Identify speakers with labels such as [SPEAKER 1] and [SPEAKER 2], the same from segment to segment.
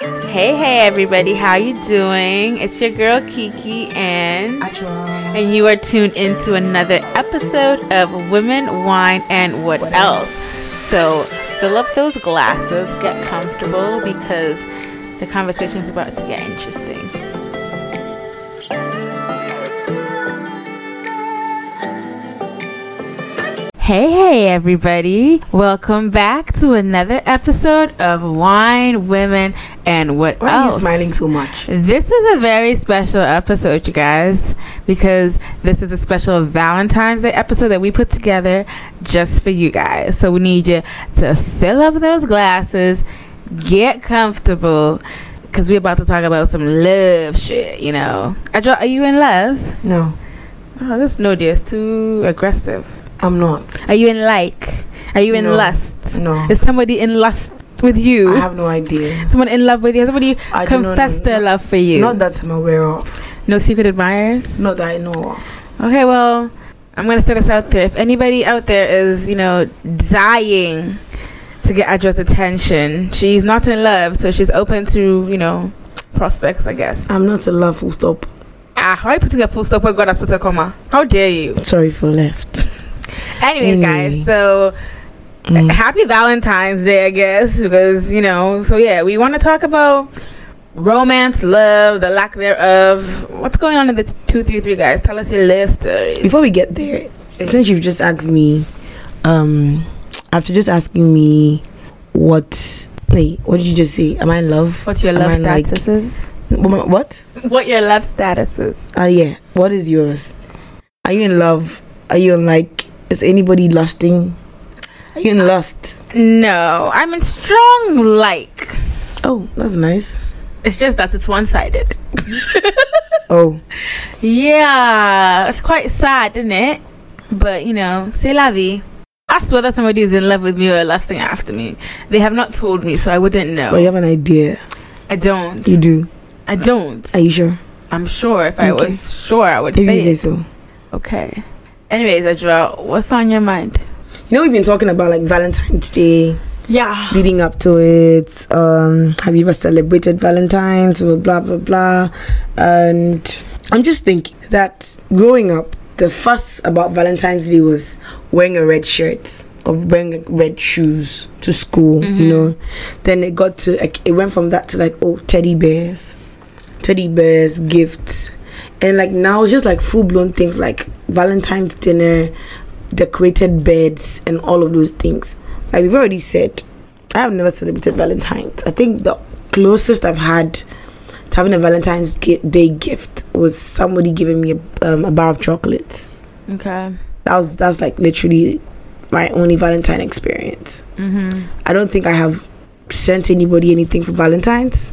[SPEAKER 1] Hey, hey, everybody, how you doing? It's your girl Kiki, and
[SPEAKER 2] Actual.
[SPEAKER 1] and you are tuned into another episode of Women, Wine, and What,
[SPEAKER 2] What
[SPEAKER 1] else? So fill up those glasses, get comfortable, because the conversation's about to get interesting. Hey, hey, everybody. Welcome back to another episode of Wine, Women, and What
[SPEAKER 2] Why
[SPEAKER 1] Else.
[SPEAKER 2] are you smiling so much?
[SPEAKER 1] This is a very special episode, you guys, because this is a special Valentine's Day episode that we put together just for you guys. So we need you to fill up those glasses, get comfortable, because we're about to talk about some love shit, you know. Adra, are you in love?
[SPEAKER 2] No,
[SPEAKER 1] Oh, this no dear, it's too aggressive.
[SPEAKER 2] I'm not.
[SPEAKER 1] Are you in like? Are you in
[SPEAKER 2] No.
[SPEAKER 1] lust?
[SPEAKER 2] No,
[SPEAKER 1] Is somebody in lust with you?
[SPEAKER 2] I have no idea.
[SPEAKER 1] Someone in love with you? Has Somebody
[SPEAKER 2] I do not
[SPEAKER 1] confessed
[SPEAKER 2] know.
[SPEAKER 1] their love for you?
[SPEAKER 2] Not that I'm aware of.
[SPEAKER 1] No secret admirers?
[SPEAKER 2] Not that I know of.
[SPEAKER 1] Okay, well, I'm going to throw this out there. If anybody out there is, you know, dying to get Adra's attention, she's not in love, so she's open to, you know, prospects, I guess.
[SPEAKER 2] I'm not a love. Full stop.
[SPEAKER 1] Ah, why are you putting a full stop where God has put a comma? How dare you?
[SPEAKER 2] Sorry for left.
[SPEAKER 1] Anyways,
[SPEAKER 2] Anyway.
[SPEAKER 1] guys, so
[SPEAKER 2] Mm.
[SPEAKER 1] happy Valentine's Day, I guess, because, you know, so yeah, we want to talk about romance, love, the lack thereof. What's going on in the 233, guys? Tell us your love stories.
[SPEAKER 2] Before we get there, since you've just asked me, um, after just asking me, what? Wait, what did you just say? Am I in love?
[SPEAKER 1] What's your
[SPEAKER 2] Am
[SPEAKER 1] love
[SPEAKER 2] I like-
[SPEAKER 1] statuses?
[SPEAKER 2] What?
[SPEAKER 1] What your love statuses?
[SPEAKER 2] Uh, yeah. What is yours? Are you in love? Are you in like? Is anybody lusting? Are you in lust?
[SPEAKER 1] No, I'm in strong like.
[SPEAKER 2] Oh, that's nice.
[SPEAKER 1] It's just that it's one sided.
[SPEAKER 2] Oh,
[SPEAKER 1] Yeah, it's quite sad, isn't it? But you know, c'est la vie. Ask whether somebody is in love with me or lusting after me. They have not told me, so I wouldn't know.
[SPEAKER 2] but you have an idea.
[SPEAKER 1] I don't.
[SPEAKER 2] You do.
[SPEAKER 1] I don't.
[SPEAKER 2] Are you sure?
[SPEAKER 1] I'm sure. If I
[SPEAKER 2] Okay.
[SPEAKER 1] was sure, I would
[SPEAKER 2] If
[SPEAKER 1] say,
[SPEAKER 2] you say
[SPEAKER 1] it.
[SPEAKER 2] so.
[SPEAKER 1] Okay. Anyways, Adra, what's on your mind?
[SPEAKER 2] You know we've been talking about like Valentine's Day,
[SPEAKER 1] Yeah.
[SPEAKER 2] leading up to it. Um, have you ever celebrated Valentine's? Blah blah blah. blah. And I'm just thinking that growing up, the fuss about Valentine's Day was wearing a red shirt or wearing red shoes to school. You know, then it got to like, it went from that to like oh teddy bears, teddy bears gifts, and like now it's just like full blown things like Valentine's dinner, decorated beds, and all of those things. Like we've already said, I have never celebrated Valentine's. I think the closest I've had to having a Valentine's gi- Day gift was somebody giving me a, um, a bar of chocolates.
[SPEAKER 1] Okay.
[SPEAKER 2] That was that's like literally my only Valentine experience.
[SPEAKER 1] Mm-hmm.
[SPEAKER 2] I don't think I have sent anybody anything for Valentine's,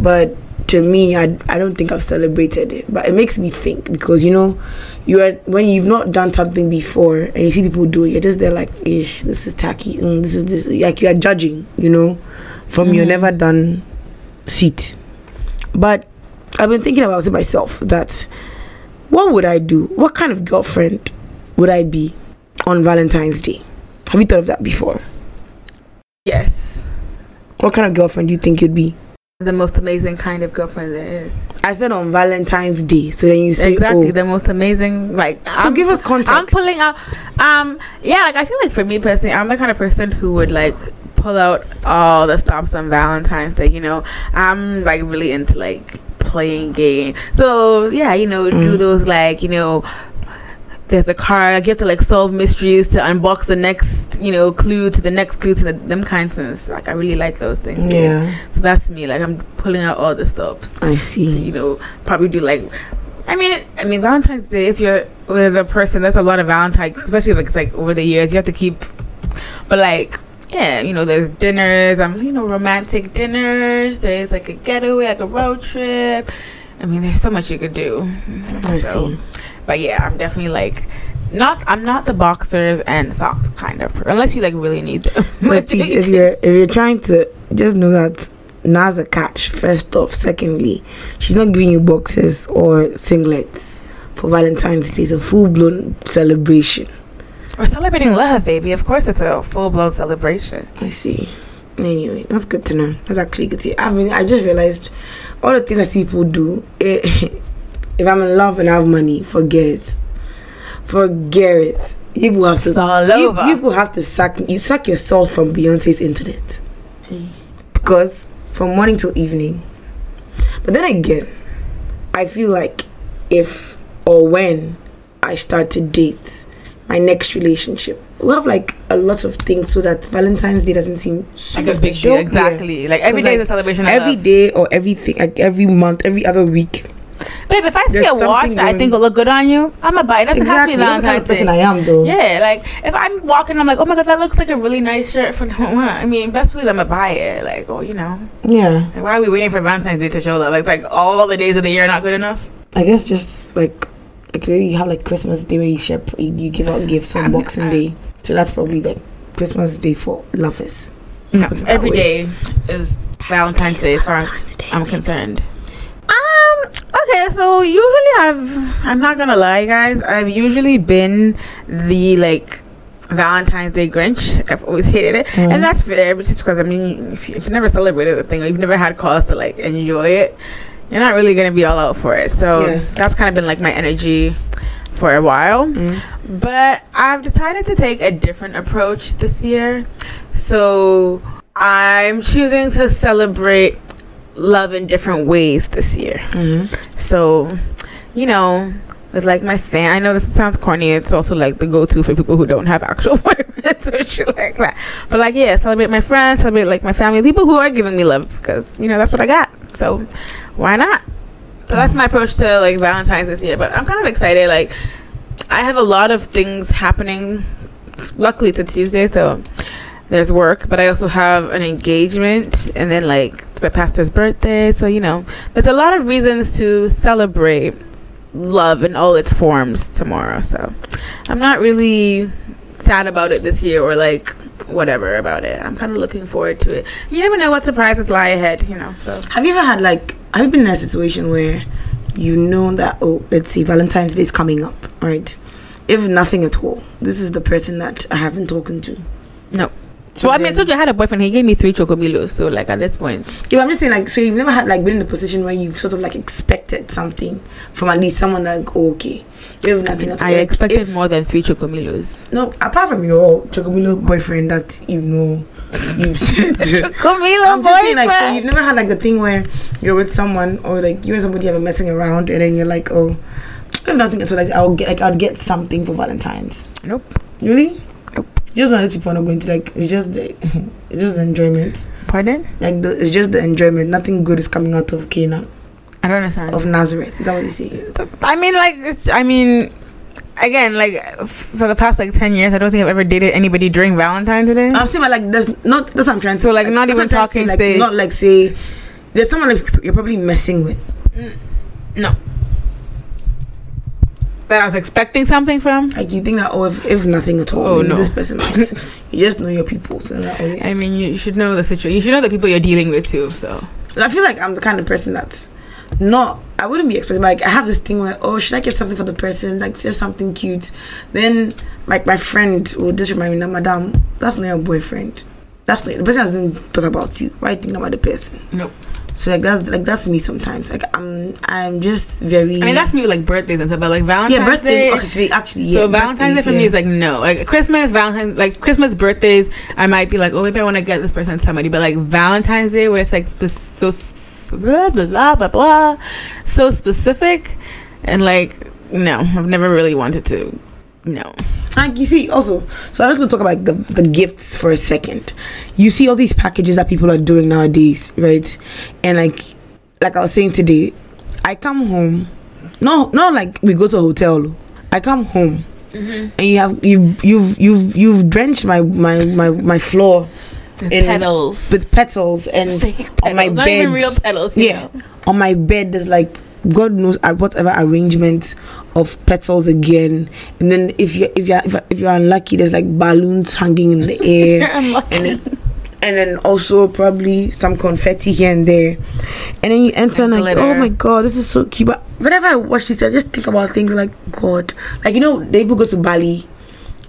[SPEAKER 2] but to me, I, I don't think I've celebrated it. But it makes me think because you know, you are when you've not done something before and you see people do it, you're just there like, ish, this is tacky, mm, this is this, like you are judging, you know, from your
[SPEAKER 1] Mhm.
[SPEAKER 2] never done seat. But I've been thinking about it myself that what would I do? What kind of girlfriend would I be on Valentine's Day? Have you thought of that before?
[SPEAKER 1] Yes.
[SPEAKER 2] What kind of girlfriend do you think you'd be?
[SPEAKER 1] The most amazing kind of girlfriend there is.
[SPEAKER 2] I said on Valentine's Day, so then you say
[SPEAKER 1] exactly
[SPEAKER 2] Oh.
[SPEAKER 1] the most amazing like
[SPEAKER 2] So give us context.
[SPEAKER 1] i'm pulling out um yeah like i feel like for me personally i'm the kind of person who would like pull out all the stops on valentine's day you know i'm like really into like playing game so yeah you know do
[SPEAKER 2] Mm.
[SPEAKER 1] those like you know there's a card. I have to like solve mysteries to unbox the next, you know, clue to the next clue to the, them kinds of things. Like I really like those things.
[SPEAKER 2] yeah,
[SPEAKER 1] So that's me. Like I'm pulling out all the stops
[SPEAKER 2] I
[SPEAKER 1] to,
[SPEAKER 2] see.
[SPEAKER 1] you know probably do like I mean I mean Valentine's Day if you're with a person that's a lot of Valentine's especially if it's like over the years you have to keep but like yeah you know there's dinners I'm you know romantic dinners there's like a getaway like a road trip I mean there's so much you could do
[SPEAKER 2] I see.
[SPEAKER 1] but yeah I'm definitely like not I'm not the boxers and socks kind of per- unless you like really need them
[SPEAKER 2] But please, if you're if you're trying to just know that Na's a catch. First off, secondly, she's not giving you boxes or singlets for Valentine's Day. It's a full blown celebration.
[SPEAKER 1] we're celebrating love baby of course it's a full blown celebration
[SPEAKER 2] I see. Anyway, that's good to know. That's actually good to hear. I mean, I just realized all the things I see people do. It, if I'm in love and I have money, forget it. Forget it. You will have to.
[SPEAKER 1] It's all
[SPEAKER 2] you,
[SPEAKER 1] over.
[SPEAKER 2] you will have to sack. You sack yourself from Beyonce's internet because from morning till evening. But then again, I feel like if or when I start to date my next relationship, we have like a lot of things so that Valentine's Day doesn't seem
[SPEAKER 1] Like
[SPEAKER 2] super
[SPEAKER 1] a big
[SPEAKER 2] special.
[SPEAKER 1] deal.
[SPEAKER 2] Yeah.
[SPEAKER 1] Exactly. Like every
[SPEAKER 2] So,
[SPEAKER 1] day
[SPEAKER 2] like,
[SPEAKER 1] is a celebration. Of
[SPEAKER 2] Every
[SPEAKER 1] love.
[SPEAKER 2] day or everything, like every month, every other week.
[SPEAKER 1] Babe, if I see
[SPEAKER 2] There's
[SPEAKER 1] a watch
[SPEAKER 2] something
[SPEAKER 1] that I
[SPEAKER 2] going-
[SPEAKER 1] think will look good on you, I'm gonna buy it. That's
[SPEAKER 2] exactly.
[SPEAKER 1] exactly.
[SPEAKER 2] That's
[SPEAKER 1] happy
[SPEAKER 2] the kind of
[SPEAKER 1] Valentine's
[SPEAKER 2] person
[SPEAKER 1] Day.
[SPEAKER 2] I am, though.
[SPEAKER 1] Yeah, like if I'm walking, I'm like, oh my god, that looks like a really nice shirt for. I mean, best believe I'm gonna buy it. Like, oh, you know,
[SPEAKER 2] yeah.
[SPEAKER 1] like, why are we waiting for Valentine's Day to show love? Like, like all the days of the year are not good enough.
[SPEAKER 2] I guess just like like you know, you have like Christmas Day where you ship you give out gifts on
[SPEAKER 1] Um,
[SPEAKER 2] Boxing
[SPEAKER 1] uh,
[SPEAKER 2] Day, so that's probably like Christmas Day for lovers.
[SPEAKER 1] No,
[SPEAKER 2] Put it that
[SPEAKER 1] every
[SPEAKER 2] way.
[SPEAKER 1] day is Valentine's Day, as far as
[SPEAKER 2] Valentine's Day.
[SPEAKER 1] I'm concerned. Um. Okay. So usually I've. I'm not gonna lie, guys. I've usually been the like Valentine's Day Grinch. Like, I've always hated it,
[SPEAKER 2] Mhm.
[SPEAKER 1] and that's fair. But just because I mean, if you- if you've never celebrated the thing, or you've never had cause to like enjoy it, you're not really gonna be all out for it. So
[SPEAKER 2] Yeah.
[SPEAKER 1] that's kind of been like my energy for a while. But I've decided to take a different approach this year. So I'm choosing to celebrate love in different ways this year.
[SPEAKER 2] Mm-hmm.
[SPEAKER 1] So, you know, with like my fan, I know this sounds corny. It's also like the go-to for people who don't have actual appointments or shit like that. But like, yeah, celebrate my friends, celebrate like my family, people who are giving me love because you know that's what I got. So, why not? So that's my approach to like Valentine's this year. But I'm kind of excited. Like, I have a lot of things happening. Luckily, it's a Tuesday, so there's work, but I also have an engagement, and then like it's my pastor's birthday. So you know, there's a lot of reasons to celebrate love in all its forms tomorrow. So I'm not really sad about it this year or like whatever about it. I'm kind of looking forward to it. You never know what surprises lie ahead, you know. So
[SPEAKER 2] Have you ever had like have you been in a situation where you know that oh let's see Valentine's Day is coming up, right? If nothing at all, this is the person that I haven't talking to.
[SPEAKER 1] No.
[SPEAKER 2] So
[SPEAKER 1] well, I mean, I
[SPEAKER 2] then-
[SPEAKER 1] told you I had a boyfriend. He gave me three chocomilos. So like at this point,
[SPEAKER 2] Yeah, but I'm just saying, like, so you've never had like been in a position where you've sort of like expected something from at least someone like oh, okay, if nothing at all.
[SPEAKER 1] I
[SPEAKER 2] like,
[SPEAKER 1] expected
[SPEAKER 2] if-
[SPEAKER 1] more than three chocomilos.
[SPEAKER 2] No, apart from your Chocomilo boyfriend that you know, you've said.
[SPEAKER 1] Chocomilo
[SPEAKER 2] I'm just saying, like, so you've
[SPEAKER 1] boyfriend.
[SPEAKER 2] never had like the thing where you're with someone or like you and somebody have been messing around and then you're like, oh, I have nothing. So like, I'll get like I'll get something for Valentine's.
[SPEAKER 1] Nope.
[SPEAKER 2] Really?
[SPEAKER 1] Nope.
[SPEAKER 2] Just one of those people are not going to like. It's just the, it's just the enjoyment.
[SPEAKER 1] Pardon?
[SPEAKER 2] Like the, it's just the enjoyment. Nothing good is coming out of Cana
[SPEAKER 1] I don't understand.
[SPEAKER 2] of Nazareth. Is that what they say?
[SPEAKER 1] Th- I mean, like, it's, I mean, again, like, f- for the past like ten years, I don't think I've ever dated anybody during Valentine's Day.
[SPEAKER 2] I'm saying, but, like, that's not that's what I'm trying to.
[SPEAKER 1] Mm. So, like, not
[SPEAKER 2] that's what I'm trying
[SPEAKER 1] even
[SPEAKER 2] to
[SPEAKER 1] talking,
[SPEAKER 2] Say, like,
[SPEAKER 1] say-
[SPEAKER 2] not like say, there's someone like, you're probably messing with.
[SPEAKER 1] no. That I was expecting something from.
[SPEAKER 2] Like you think that oh if, if nothing at all,
[SPEAKER 1] Oh,
[SPEAKER 2] maybe
[SPEAKER 1] no.
[SPEAKER 2] this person might. you just know your people. So like, oh, yeah.
[SPEAKER 1] I mean, you should know the situation. You should know the people you're dealing with too. So
[SPEAKER 2] I feel like I'm the kind of person that's not. I wouldn't be expecting. Like I have this thing where oh should I get something for the person? Like just something cute. Then like my friend will just remind me that madam, that's not your boyfriend. That's not the person hasn't thought about you. Why you think about the person?
[SPEAKER 1] nope.
[SPEAKER 2] So like that's like that's me sometimes. Like I'm I'm just very.
[SPEAKER 1] I mean, that's me with like birthdays and stuff, but like Valentine's
[SPEAKER 2] yeah birthday
[SPEAKER 1] Day.
[SPEAKER 2] actually actually yeah,
[SPEAKER 1] so Valentine's Day
[SPEAKER 2] birthdays,
[SPEAKER 1] for me
[SPEAKER 2] yeah.
[SPEAKER 1] is like no, like Christmas, Valentine's, like Christmas, birthdays. I might be like, oh, maybe I want to get this person somebody, but like Valentine's Day, where it's like spe- so s- blah blah blah blah blah, so specific, and like no, I've never really wanted to. No,
[SPEAKER 2] Like you see, also, so I was going to talk about the, the gifts for a second. You see all these packages that people are doing nowadays, right? And like, like I was saying today, I come home, no, not like we go to a hotel. oh. I come home,
[SPEAKER 1] Mm-hmm.
[SPEAKER 2] and you have you you've you've you've drenched my my my, my floor
[SPEAKER 1] With
[SPEAKER 2] And
[SPEAKER 1] petals,
[SPEAKER 2] with petals and
[SPEAKER 1] fake
[SPEAKER 2] on my
[SPEAKER 1] petals, not even
[SPEAKER 2] bed.
[SPEAKER 1] real petals. you
[SPEAKER 2] yeah,
[SPEAKER 1] know.
[SPEAKER 2] on my bed there's like God knows uh, whatever arrangement of petals again, and then if you if you if, if you're unlucky, there's like balloons hanging in the air,
[SPEAKER 1] You're unlucky.
[SPEAKER 2] and then, and then also probably some confetti here and there, and then you enter and
[SPEAKER 1] And
[SPEAKER 2] like oh
[SPEAKER 1] glitter.
[SPEAKER 2] my god, this is so cute. But whenever I watch this, I just think about things like God, like you know they people go to Bali,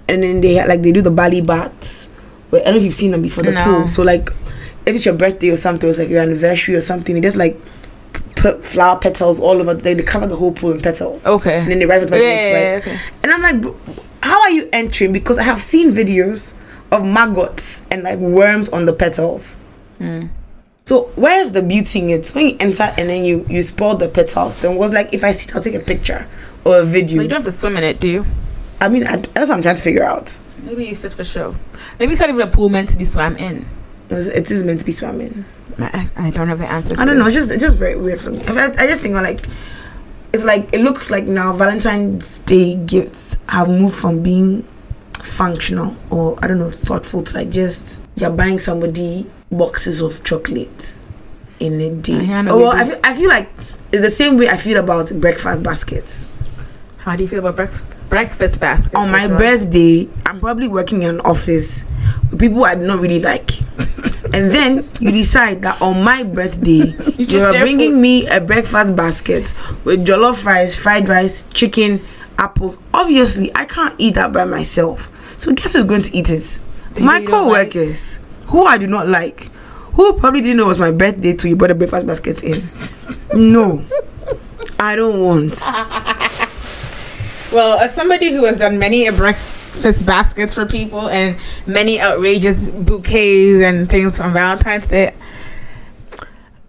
[SPEAKER 2] and then they like they do the Bali baths. Well, I don't know if you've seen them before the
[SPEAKER 1] No.
[SPEAKER 2] pool. So like if it's your birthday or something, it's like your anniversary or something. They just like p- put flower petals all over. They, they cover the whole pool in petals, and
[SPEAKER 1] Okay.
[SPEAKER 2] then they write with
[SPEAKER 1] Oh. Yeah,
[SPEAKER 2] like
[SPEAKER 1] yeah, yeah, okay.
[SPEAKER 2] And I'm like, "Bro, how are you entering? Because I have seen videos of maggots and like worms on the petals.
[SPEAKER 1] Mm.
[SPEAKER 2] So where is the beauty in it? When you enter and then you you spoil the petals, then was like if I sit, I'll take a picture or a
[SPEAKER 1] But
[SPEAKER 2] video.
[SPEAKER 1] you don't have to swim in it, do you?
[SPEAKER 2] I mean, I, that's what I'm trying to figure out.
[SPEAKER 1] Maybe it's just for show. Maybe it's not even a pool meant to be swam in.
[SPEAKER 2] It was- it is meant to be swam in.
[SPEAKER 1] I, I I don't have the answers.
[SPEAKER 2] I
[SPEAKER 1] to
[SPEAKER 2] don't know.
[SPEAKER 1] this.
[SPEAKER 2] It's just it's just very weird for me. I, felt- I just think like it's like it looks like now Valentine's Day gifts have moved from being functional or I don't know thoughtful to like just you're buying somebody boxes of chocolate in a day.
[SPEAKER 1] Uh-huh, I know
[SPEAKER 2] oh,
[SPEAKER 1] we
[SPEAKER 2] well, I
[SPEAKER 1] do.
[SPEAKER 2] feel, I feel like it's the same way I feel about breakfast baskets.
[SPEAKER 1] How do you feel about breakfast breakfast basket?
[SPEAKER 2] On my birthday, I'm probably working in an office with people I don't really like. And then you decide that on my birthday,
[SPEAKER 1] just
[SPEAKER 2] you are
[SPEAKER 1] share
[SPEAKER 2] bringing me a breakfast basket with jollof rice, fried rice, chicken, apples. Obviously, I can't eat that by myself. So guess who's going to eat it?
[SPEAKER 1] People
[SPEAKER 2] my
[SPEAKER 1] you don't like.
[SPEAKER 2] co-workers, who I do not like, who probably didn't know it was my birthday till you brought a breakfast basket in. no, I don't want.
[SPEAKER 1] Well, as somebody who has done many a breakfast baskets for people and many outrageous bouquets and things from Valentine's Day,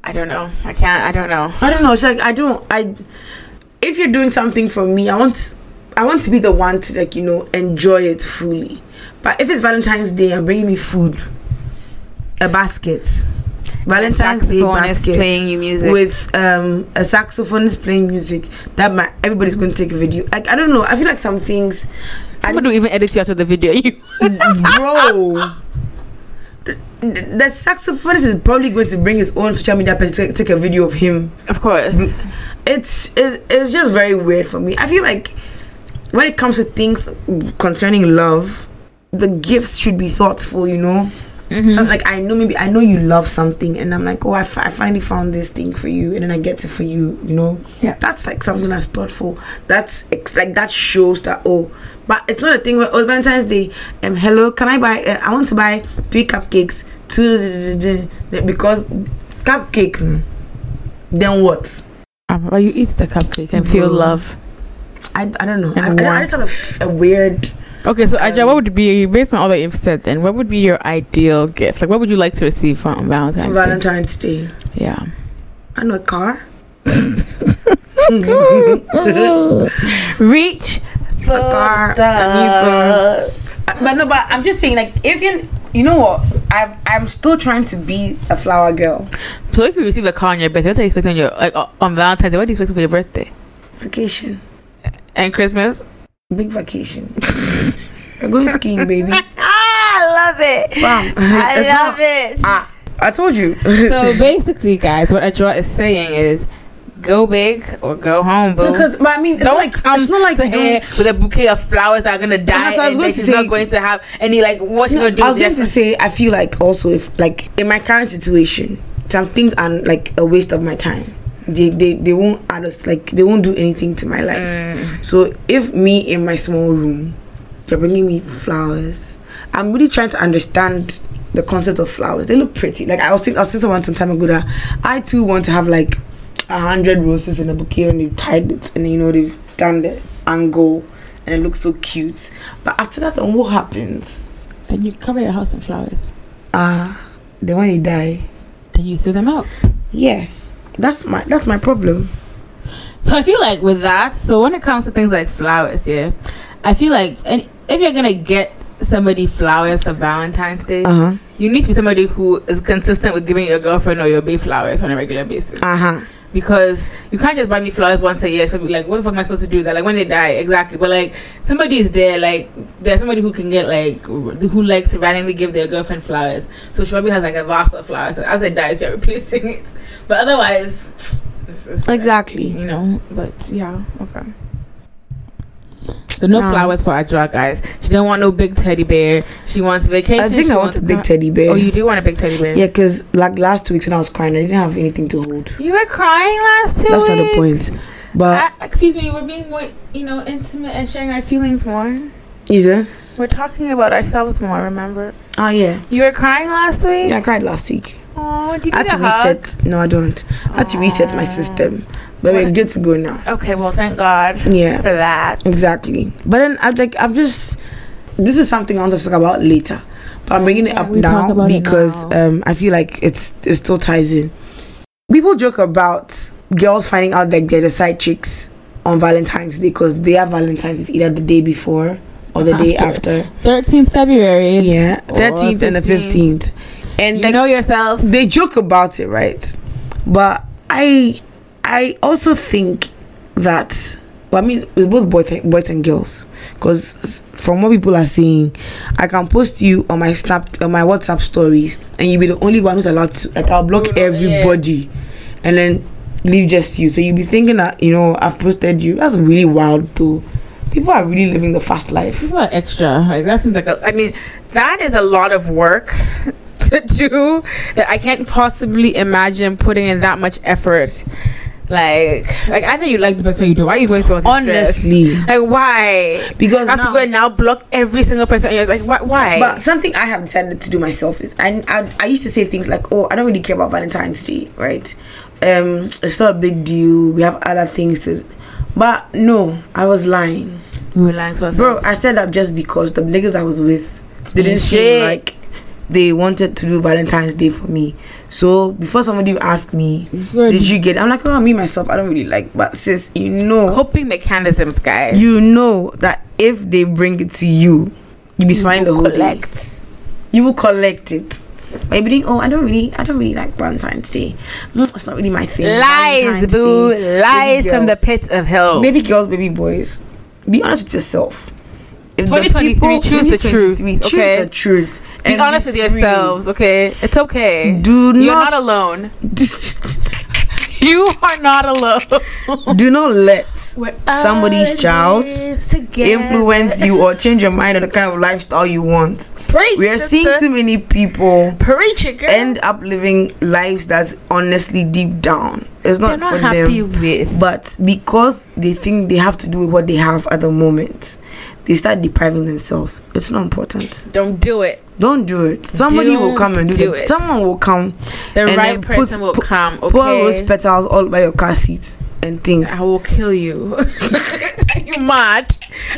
[SPEAKER 1] I don't know. I can't. I don't know.
[SPEAKER 2] I don't know. It's like I don't. I if you're doing something for me, I want I want to be the one to like you know enjoy it fully. But if it's Valentine's Day and bringing me food, a basket, Valentine's Day
[SPEAKER 1] Saxophone is
[SPEAKER 2] basket
[SPEAKER 1] playing you music.
[SPEAKER 2] with um a saxophonist playing music that my everybody's going to take a video. Like I don't know. I feel like some things,
[SPEAKER 1] Somebody will even edit you out of the video. You
[SPEAKER 2] bro. the- The saxophonist is probably going to bring his own social media person to take a video of him
[SPEAKER 1] of course.
[SPEAKER 2] it's it, it's just very weird for me. I feel like when it comes to things concerning love, the gifts should be thoughtful. You know, so I'm like I know maybe I know you love something, and I'm like, oh, I, fi- I finally found this thing for you, and then I get it for you. You know,
[SPEAKER 1] Yeah.
[SPEAKER 2] that's like something that's thoughtful. That's it's like that shows that oh, but it's not a thing where oh Valentine's Day. Um, hello, can I buy? Uh, I want to buy three cupcakes. Two because cupcake. mm, Then what?
[SPEAKER 1] Um, well, you eat the cupcake and feel
[SPEAKER 2] Bro.
[SPEAKER 1] love.
[SPEAKER 2] I, I don't know.
[SPEAKER 1] And
[SPEAKER 2] I, I, don't- I just
[SPEAKER 1] warmth.
[SPEAKER 2] have a f- a, weird.
[SPEAKER 1] Okay, so Aja,
[SPEAKER 2] Um,
[SPEAKER 1] what would be based on all that you've said? Then, what would be your ideal gift? Like, what would you like to receive from Valentine's?
[SPEAKER 2] for Valentine's Day.
[SPEAKER 1] Day? Yeah.
[SPEAKER 2] I know a car.
[SPEAKER 1] Reach for
[SPEAKER 2] A car, a Oh, Uh, but no, but I'm just saying, like, even you know what? I've, I'm still trying to be a flower girl.
[SPEAKER 1] So if you receive a car on your birthday, what are you expecting on your like o- on Valentine's Day? What are you expecting for your birthday
[SPEAKER 2] Vacation,
[SPEAKER 1] and Christmas?
[SPEAKER 2] big vacation. We're going skiing, baby.
[SPEAKER 1] Ah, I love it.
[SPEAKER 2] Wow, It's not-
[SPEAKER 1] it.
[SPEAKER 2] Ah, I told you.
[SPEAKER 1] So basically, guys, what Adra is saying is, go big or go home, boo.
[SPEAKER 2] because but I mean, it's
[SPEAKER 1] don't
[SPEAKER 2] like
[SPEAKER 1] come
[SPEAKER 2] it's not like
[SPEAKER 1] to
[SPEAKER 2] you-
[SPEAKER 1] here with a bouquet of flowers that are gonna die,
[SPEAKER 2] That's what I was
[SPEAKER 1] and
[SPEAKER 2] going
[SPEAKER 1] then
[SPEAKER 2] to
[SPEAKER 1] she's
[SPEAKER 2] say.
[SPEAKER 1] not going to have any like what she's
[SPEAKER 2] No,
[SPEAKER 1] gonna do.
[SPEAKER 2] I was
[SPEAKER 1] with the
[SPEAKER 2] going to
[SPEAKER 1] next-
[SPEAKER 2] say, I feel like also if like in my current situation, some things are like a waste of my time. They they, they won't add us like they won't do anything to my life.
[SPEAKER 1] Mm.
[SPEAKER 2] So if me in my small room, you're bringing me flowers. I'm really trying to understand the concept of flowers. They look pretty. Like I was think I was saying to someone some time ago that I too want to have like a hundred roses in a bouquet and they've tied it and you know they've done the angle and it looks so cute. But after that then what happens?
[SPEAKER 1] Then you cover your house in flowers.
[SPEAKER 2] Ah, then when they die,
[SPEAKER 1] Then you throw them out.
[SPEAKER 2] yeah, that's my that's my problem.
[SPEAKER 1] So I feel like with that, so when it comes to things like flowers, yeah, I feel like and if you're gonna get somebody flowers for Valentine's Day,
[SPEAKER 2] Uh huh.
[SPEAKER 1] you need to be somebody who is consistent with giving your girlfriend or your babe flowers on a regular basis.
[SPEAKER 2] Uh huh.
[SPEAKER 1] Because you can't just buy me flowers once a year. It's gonna be like, what the fuck am I supposed to do with that? Like when they die, exactly. But like somebody is there, like there's somebody who can get like r- who likes to randomly give their girlfriend flowers. So she probably has like a vase of flowers. And as it dies, you're replacing it. But otherwise, it's, it's like-
[SPEAKER 2] Exactly.
[SPEAKER 1] you know. But yeah, okay. So no
[SPEAKER 2] Nah.
[SPEAKER 1] flowers for Adra, guys. She don't want no big teddy bear. She wants vacation.
[SPEAKER 2] I think
[SPEAKER 1] she
[SPEAKER 2] I want
[SPEAKER 1] wants
[SPEAKER 2] a big
[SPEAKER 1] car-
[SPEAKER 2] teddy bear.
[SPEAKER 1] Oh, you do want a big teddy bear.
[SPEAKER 2] yeah, cause like last two weeks when I was crying, I didn't have anything to hold.
[SPEAKER 1] You were crying last two
[SPEAKER 2] That's
[SPEAKER 1] weeks.
[SPEAKER 2] not the point. But
[SPEAKER 1] Uh, excuse me. We're being more, you know, intimate and sharing our feelings more.
[SPEAKER 2] you there?
[SPEAKER 1] We're talking about ourselves more. Remember,
[SPEAKER 2] Oh yeah.
[SPEAKER 1] you were crying last week.
[SPEAKER 2] Yeah, I cried last week.
[SPEAKER 1] Oh, do you
[SPEAKER 2] I had
[SPEAKER 1] need a
[SPEAKER 2] to
[SPEAKER 1] hug? Ah.
[SPEAKER 2] reset. No, I don't. I had to reset my
[SPEAKER 1] Aw.
[SPEAKER 2] system. But we're good to go now.
[SPEAKER 1] Okay, well, thank God
[SPEAKER 2] Yeah.
[SPEAKER 1] for that.
[SPEAKER 2] Exactly. But then I'm like, I'm just. This is something I want us to talk about later, but I'm bringing it
[SPEAKER 1] Yeah,
[SPEAKER 2] up
[SPEAKER 1] we talk
[SPEAKER 2] now
[SPEAKER 1] about it
[SPEAKER 2] because
[SPEAKER 1] now.
[SPEAKER 2] Um, I feel like it's it still ties in. People joke about girls finding out that they're the side chicks on Valentine's Day because their Valentine's is either the day before or the day
[SPEAKER 1] After.
[SPEAKER 2] after.
[SPEAKER 1] 13th February.
[SPEAKER 2] Yeah,
[SPEAKER 1] Or
[SPEAKER 2] thirteenth and the
[SPEAKER 1] 15th.
[SPEAKER 2] fifteenth, and
[SPEAKER 1] You
[SPEAKER 2] like,
[SPEAKER 1] know yourselves.
[SPEAKER 2] they joke about it, right? But I I also think that well, I mean with both boys and, boys and girls because from what people are saying, I can post you on my snap on my WhatsApp stories and you'll be the only one who's allowed to like I'll block
[SPEAKER 1] Who know-
[SPEAKER 2] everybody and then leave just you. So you'll be thinking that you know I've posted you. That's really wild too. People are really living the fast life.
[SPEAKER 1] People are extra. Like, that seems like a, I mean, that is a lot of work to do that I can't possibly imagine putting in that much effort. Like, like I think you like the person you do. Why are you going through all this stress?
[SPEAKER 2] Honestly,
[SPEAKER 1] Like, why?
[SPEAKER 2] because
[SPEAKER 1] I have to
[SPEAKER 2] now-
[SPEAKER 1] go and now block every single person. And you're like, why? why?
[SPEAKER 2] But something I have decided to do myself is, and I, I used to say things like, "Oh, I don't really care about Valentine's Day, right? Um, it's not a big deal. We have other things to." But no, I was lying,
[SPEAKER 1] we were lying to
[SPEAKER 2] bro.
[SPEAKER 1] ourselves.
[SPEAKER 2] I said that just because the niggas I was with didn't
[SPEAKER 1] Ain't
[SPEAKER 2] seem
[SPEAKER 1] shit.
[SPEAKER 2] like they wanted to do Valentine's Day for me. So before somebody asked me,
[SPEAKER 1] were
[SPEAKER 2] "Did you get?" I'm like, "Oh, me myself, I don't really like." But sis, you know,
[SPEAKER 1] coping mechanisms, guys.
[SPEAKER 2] you know that if they bring it to you, you be smiling the whole day
[SPEAKER 1] collect.
[SPEAKER 2] you will collect it. But you be thinking, oh, I don't really, I don't really like Valentine's Day. Mm, it's not really my thing.
[SPEAKER 1] Lies,
[SPEAKER 2] Valentine's
[SPEAKER 1] boo.
[SPEAKER 2] Day.
[SPEAKER 1] Lies from the
[SPEAKER 2] girls.
[SPEAKER 1] pits of hell.
[SPEAKER 2] Baby girls, baby boys, be honest with yourself. If the
[SPEAKER 1] 2023, choose the truth,
[SPEAKER 2] 2023, Choose
[SPEAKER 1] okay?
[SPEAKER 2] the truth.
[SPEAKER 1] Be
[SPEAKER 2] and
[SPEAKER 1] honest with
[SPEAKER 2] free.
[SPEAKER 1] yourselves, okay? It's okay.
[SPEAKER 2] Do
[SPEAKER 1] You're
[SPEAKER 2] not,
[SPEAKER 1] not alone. You are not alone.
[SPEAKER 2] do not let somebody's child influence you or change your mind on the kind of lifestyle you want.
[SPEAKER 1] Preach,
[SPEAKER 2] We are seeing
[SPEAKER 1] sister.
[SPEAKER 2] too many people
[SPEAKER 1] Preach it, girl.
[SPEAKER 2] end up living lives that's honestly deep down. It's
[SPEAKER 1] They're
[SPEAKER 2] not,
[SPEAKER 1] not
[SPEAKER 2] for
[SPEAKER 1] happy
[SPEAKER 2] them.
[SPEAKER 1] with.
[SPEAKER 2] But because they think they have to do with what they have at the moment, they start depriving themselves. It's not important.
[SPEAKER 1] Don't do it.
[SPEAKER 2] Don't do it. Somebody will
[SPEAKER 1] Don't
[SPEAKER 2] come and do,
[SPEAKER 1] do
[SPEAKER 2] it.
[SPEAKER 1] it.
[SPEAKER 2] Someone will come.
[SPEAKER 1] The
[SPEAKER 2] and
[SPEAKER 1] right
[SPEAKER 2] then put-
[SPEAKER 1] person will
[SPEAKER 2] pu-
[SPEAKER 1] come,
[SPEAKER 2] Pour rose
[SPEAKER 1] okay?
[SPEAKER 2] petals all over your car seat and things.
[SPEAKER 1] I will kill you. you mad?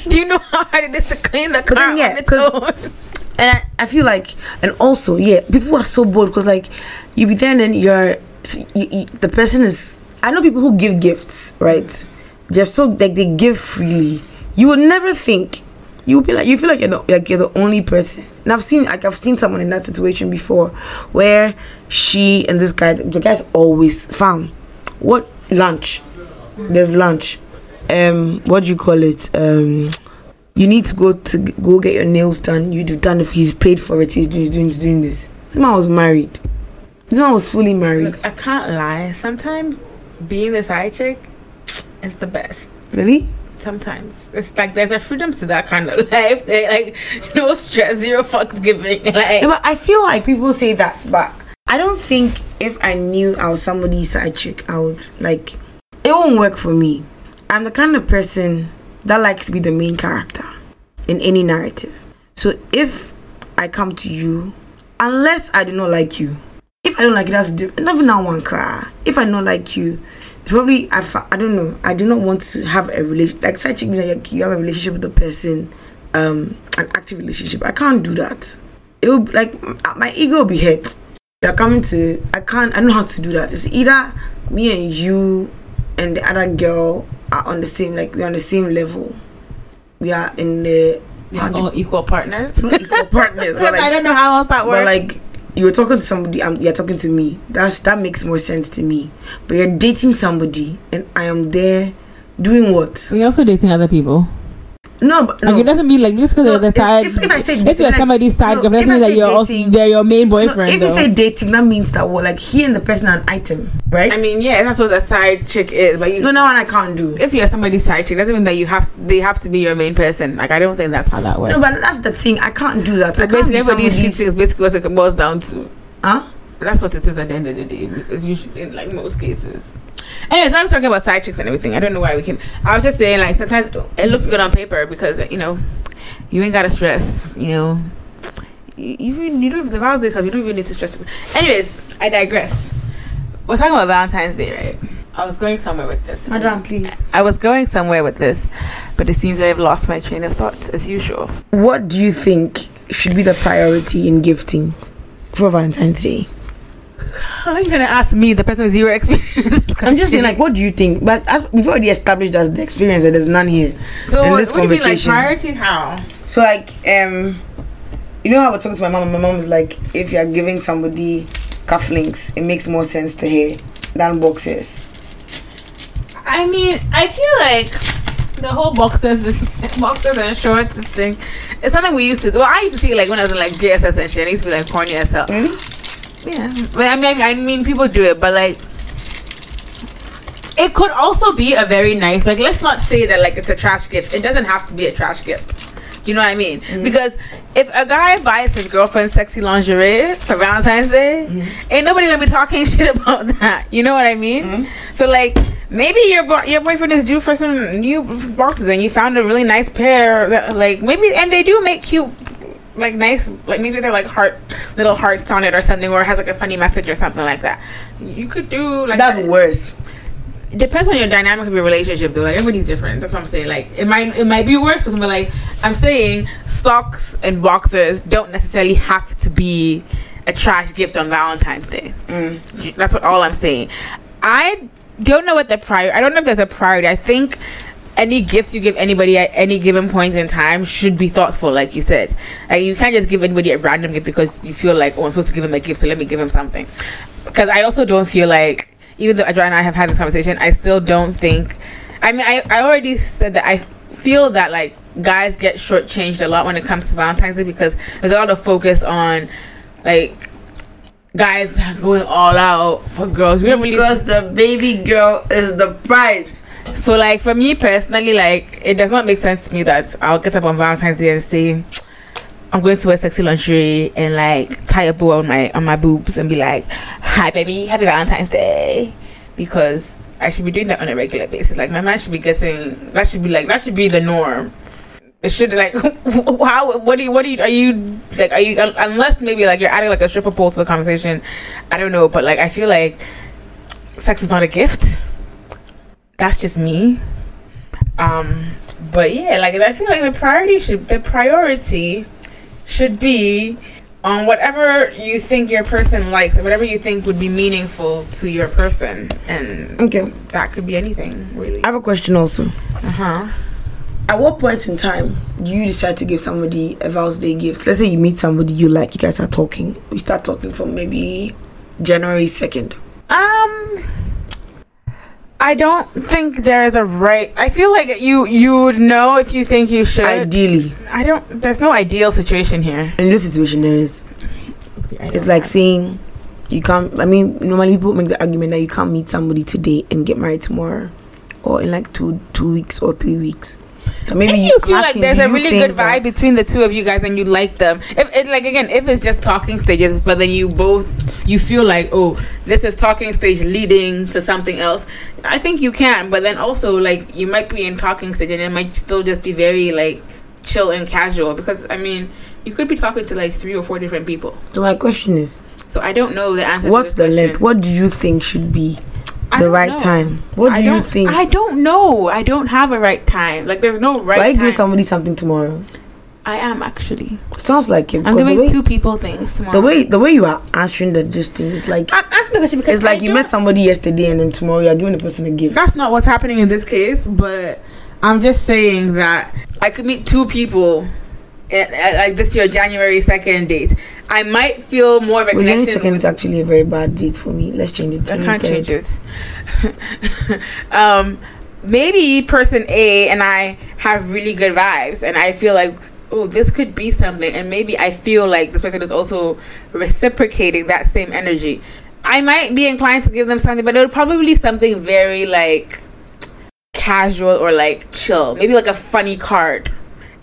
[SPEAKER 1] Do you know how hard it is to clean the
[SPEAKER 2] But
[SPEAKER 1] car
[SPEAKER 2] then, yeah,
[SPEAKER 1] on its
[SPEAKER 2] 'cause-
[SPEAKER 1] own?
[SPEAKER 2] and I, I feel like and also yeah people are so bored because like you be there and then you're s- you, you- the person is i know people who give gifts right they're so like they give freely you would never think you be like you feel like you're the, like you're the only person and i've seen like i've seen someone in that situation before where she and this guy the guy's always found what lunch there's lunch um what do you call it um you need to go to go get your nails done. You do done if he's paid for it. He's doing, he's doing, he's doing this. This man was married. This man was fully married.
[SPEAKER 1] Look, I can't lie. Sometimes being the side chick is the best.
[SPEAKER 2] Really?
[SPEAKER 1] Sometimes it's like there's a freedom to that kind of life. Like, like no stress, zero fucks giving. Like,
[SPEAKER 2] Yeah, but I feel like people say that, but I don't think if I knew I was somebody's side chick, I would like it won't work for me. I'm the kind of person that likes to be the main character in any narrative. So if I come to you, unless I do not like you, if I don't like you, that's different. Never now one cry. If I don't like you, it's probably I, fa- I don't know. I do not want to have a relation like side chick means like you have a relationship with the person, um, an active relationship. I can't do that. It will like m- uh, my ego will be hurt. You're coming to I can't. I don't know how to do that. It's either me and you and the other girl are on the same like we're on the same level. We are in the how do you-
[SPEAKER 3] oh,
[SPEAKER 1] all equal partners.
[SPEAKER 2] not equal partners. but, like,
[SPEAKER 1] I don't know how else that works.
[SPEAKER 2] but like you're talking to somebody, um, you're talking to me. That's that makes more sense to me. But you're dating somebody, and I am there doing what?
[SPEAKER 1] we're also dating other people.
[SPEAKER 2] No, but no.
[SPEAKER 3] Like it doesn't mean like just because
[SPEAKER 2] No,
[SPEAKER 3] they're the
[SPEAKER 2] if-
[SPEAKER 3] side.
[SPEAKER 2] if- if I say
[SPEAKER 3] if you're
[SPEAKER 2] like-
[SPEAKER 3] somebody's side,
[SPEAKER 2] no,
[SPEAKER 3] girl,
[SPEAKER 2] if
[SPEAKER 3] doesn't
[SPEAKER 2] I
[SPEAKER 3] mean that
[SPEAKER 2] say
[SPEAKER 3] you're also
[SPEAKER 2] dating-
[SPEAKER 3] they're your main
[SPEAKER 2] No,
[SPEAKER 3] boyfriend.
[SPEAKER 2] if you
[SPEAKER 3] though.
[SPEAKER 2] say dating, that means that what? Like he and the person are an item, right?
[SPEAKER 1] I mean, yeah, that's what a side chick is. But you,
[SPEAKER 2] no, no, one I can't do.
[SPEAKER 1] if you're somebody's side chick, doesn't mean that you have they have to be your main person. Like, I don't think that's how that works.
[SPEAKER 2] no, but that's the thing. I can't do that. I
[SPEAKER 1] so
[SPEAKER 2] can't
[SPEAKER 1] basically,
[SPEAKER 2] be
[SPEAKER 1] everybody's
[SPEAKER 2] somebody's-
[SPEAKER 1] cheating is basically what it boils down to.
[SPEAKER 2] Huh?
[SPEAKER 1] That's what it is at the end of the day, because usually in like most cases. Anyways, I'm talking about side chicks and everything. I don't know why we came. I was just saying like sometimes it looks good on paper because you know you ain't gotta stress. You know, you, you, you don't if the vows because you don't even need to stress. Anyways, I digress. We're talking about Valentine's Day, right? I was going somewhere with this.
[SPEAKER 2] Madam, please.
[SPEAKER 1] I was going somewhere with this, but it seems I've lost my train of thought as usual.
[SPEAKER 2] What do you think should be the priority in gifting for Valentine's Day?
[SPEAKER 1] How are you gonna ask me, the person with zero experience?
[SPEAKER 2] I'm just saying, like, what do you think? But as, we've already established that the experience that there's none here.
[SPEAKER 1] so
[SPEAKER 2] in
[SPEAKER 1] what,
[SPEAKER 2] this
[SPEAKER 1] what do you mean, like
[SPEAKER 2] conversation-
[SPEAKER 1] priority? How?
[SPEAKER 2] So like um you know how I was talking to my mom and my mom was like if you're giving somebody cufflinks it makes more sense to her than boxes.
[SPEAKER 1] I mean, I feel like the whole boxers, this boxers and shorts, this thing, it's something we used to do. Well, I used to see it, like when I was in like JSS and shit. It used to be like corny as hell.
[SPEAKER 2] Really?
[SPEAKER 1] Yeah, but I mean, I mean, people do it, but like, it could also be a very nice. Like, let's not say that like it's a trash gift. It doesn't have to be a trash gift. Do you know what I mean? Because if a guy buys his girlfriend sexy lingerie for Valentine's Day, ain't nobody gonna be talking shit about that. You know what I mean? So like, maybe your bo- your boyfriend is due for some new boxes, and you found a really nice pair. That, like maybe, and they do make cute like nice like maybe they're like heart little hearts on it or something or it has like a funny message or something like that you could do like
[SPEAKER 2] That's
[SPEAKER 1] that.
[SPEAKER 2] worse.
[SPEAKER 1] It depends on your dynamic of your relationship though like everybody's different that's what i'm saying like it might it might be worse for someone like i'm saying socks and boxers don't necessarily have to be a trash gift on valentine's day J- that's what all i'm saying i don't know what the prior i don't know if there's a priority i think any gift you give anybody at any given point in time should be thoughtful, like you said. Like you can't just give anybody a random gift because you feel like, oh, I'm supposed to give him a gift, so let me give him something. Because I also don't feel like, even though Adra and I have had this conversation, I still don't think. I mean, I, I already said that I feel that like guys get shortchanged a lot when it comes to Valentine's Day because there's a lot of focus on like guys going all out for girls. We don't really
[SPEAKER 2] Because the baby girl is the prize.
[SPEAKER 1] so like for me personally, like it does not make sense to me that I'll get up on Valentine's Day and say I'm going to wear sexy lingerie and like tie a bow on my on my boobs and be like, "Hi, baby, happy Valentine's Day," because I should be doing that on a regular basis. Like my man should be getting that should be like that should be the norm. It should like how what do you what do you are you like are you un- unless maybe like you're adding like a stripper pole to the conversation, I don't know. But like I feel like sex is not a gift that's just me. Um, but yeah, like I feel like the priority should the priority should be on whatever you think your person likes, whatever you think would be meaningful to your person, and
[SPEAKER 2] Okay.
[SPEAKER 1] that could be anything really.
[SPEAKER 2] I have a question also.
[SPEAKER 1] Uh huh.
[SPEAKER 2] At what point in time do you decide to give somebody a Valentine's Day gift? Let's say you meet somebody you like, you guys are talking. You start talking from maybe January 2nd.
[SPEAKER 1] Um, I don't think there is a right. I feel like you you would know if you think you should. I,
[SPEAKER 2] Ideally.
[SPEAKER 1] don't. There's no ideal situation here.
[SPEAKER 2] In this situation, there is. It's like saying you can't. I mean, normally people make the argument that you can't meet somebody today and get married tomorrow, or in like two two weeks or three weeks. But maybe
[SPEAKER 1] If
[SPEAKER 2] you
[SPEAKER 1] you feel like
[SPEAKER 2] asking,
[SPEAKER 1] there's
[SPEAKER 2] do
[SPEAKER 1] a
[SPEAKER 2] you
[SPEAKER 1] really
[SPEAKER 2] think
[SPEAKER 1] good
[SPEAKER 2] that-
[SPEAKER 1] vibe between the two of you guys and you like them, if it, like again, if it's just talking stages, but then you both you feel like oh this is talking stage leading to something else, I think you can. But then also like you might be in talking stage and it might still just be very like chill and casual because I mean you could be talking to like three or four different people.
[SPEAKER 2] So my question is,
[SPEAKER 1] So I don't know the answer.
[SPEAKER 2] what's
[SPEAKER 1] to
[SPEAKER 2] the
[SPEAKER 1] this
[SPEAKER 2] length?
[SPEAKER 1] question.
[SPEAKER 2] What do you think should be
[SPEAKER 1] I
[SPEAKER 2] the
[SPEAKER 1] don't
[SPEAKER 2] right
[SPEAKER 1] know.
[SPEAKER 2] time? What do
[SPEAKER 1] I
[SPEAKER 2] you
[SPEAKER 1] don't-
[SPEAKER 2] think?
[SPEAKER 1] I don't know. I don't have a right time. Like there's no right
[SPEAKER 2] Why you
[SPEAKER 1] time.
[SPEAKER 2] give somebody something tomorrow?
[SPEAKER 1] I am actually.
[SPEAKER 2] Sounds like it.
[SPEAKER 1] I'm
[SPEAKER 2] because
[SPEAKER 1] giving
[SPEAKER 2] the way,
[SPEAKER 1] two people things tomorrow.
[SPEAKER 2] the way the way you are answering the this thing, it's like
[SPEAKER 1] I'm asking the question because
[SPEAKER 2] it's like
[SPEAKER 1] I
[SPEAKER 2] you
[SPEAKER 1] don't-
[SPEAKER 2] met somebody yesterday and then tomorrow you are giving the person a gift.
[SPEAKER 1] That's not what's happening in this case, but I'm just saying that I could meet two people. At, at, like this year, January second date, I might feel more of a
[SPEAKER 2] Wait, January
[SPEAKER 1] connection.
[SPEAKER 2] second
[SPEAKER 1] With,
[SPEAKER 2] is actually a very bad date for me. Let's change it.
[SPEAKER 1] I can't change it. um, maybe person A and I have really good vibes, and I feel like oh, this could be something, and maybe I feel like this person is also reciprocating that same energy. I might be inclined to give them something, but it would probably be something very like casual or like chill. Maybe like a funny card.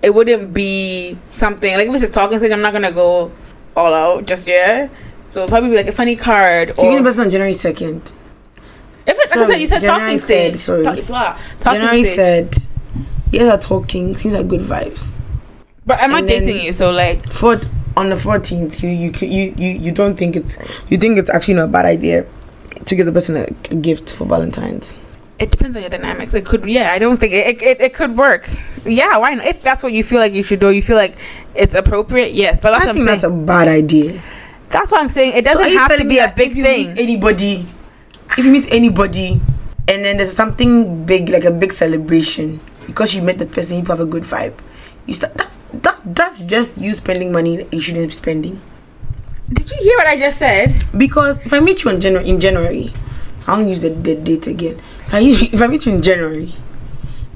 [SPEAKER 1] It wouldn't be something like if it's just talking stage. I'm not gonna go all out just yet. So it'll probably be like a funny card.
[SPEAKER 2] So you're
[SPEAKER 1] or-
[SPEAKER 2] giving the person on January second.
[SPEAKER 1] if it's like I said, you said
[SPEAKER 2] Sorry, January
[SPEAKER 1] talking stage.
[SPEAKER 2] third, sorry.
[SPEAKER 1] Talk- blah, talking
[SPEAKER 2] January
[SPEAKER 1] stage.
[SPEAKER 2] third. You guys are talking. Things are good vibes.
[SPEAKER 1] But I'm not
[SPEAKER 2] and then-
[SPEAKER 1] dating you, so like
[SPEAKER 2] Fourth, on the 14th you you c- you you, you don't think it's you think it's actually not a bad idea to give the person a, a gift for Valentine's.
[SPEAKER 1] It depends on your dynamics. It could, yeah. I don't think it, it, it, it could work. Yeah, why not? If that's what you feel like you should do, you feel like it's appropriate. Yes, but that's
[SPEAKER 2] I
[SPEAKER 1] what
[SPEAKER 2] think
[SPEAKER 1] I'm saying.
[SPEAKER 2] that's
[SPEAKER 1] That's,
[SPEAKER 2] a bad idea.
[SPEAKER 1] what I'm saying. It
[SPEAKER 2] So
[SPEAKER 1] doesn't
[SPEAKER 2] are you
[SPEAKER 1] have to
[SPEAKER 2] telling
[SPEAKER 1] be
[SPEAKER 2] me
[SPEAKER 1] a
[SPEAKER 2] that
[SPEAKER 1] big
[SPEAKER 2] if you
[SPEAKER 1] thing.
[SPEAKER 2] Meet anybody, if you meet anybody, and then there's something big like a big celebration because you met the person, you have a good vibe. You start that, that that's just you spending money that you shouldn't be spending.
[SPEAKER 1] Did you hear what I just said?
[SPEAKER 2] Because if I meet you in January, in January, I won't use the, the date again. If I, if I meet you in January,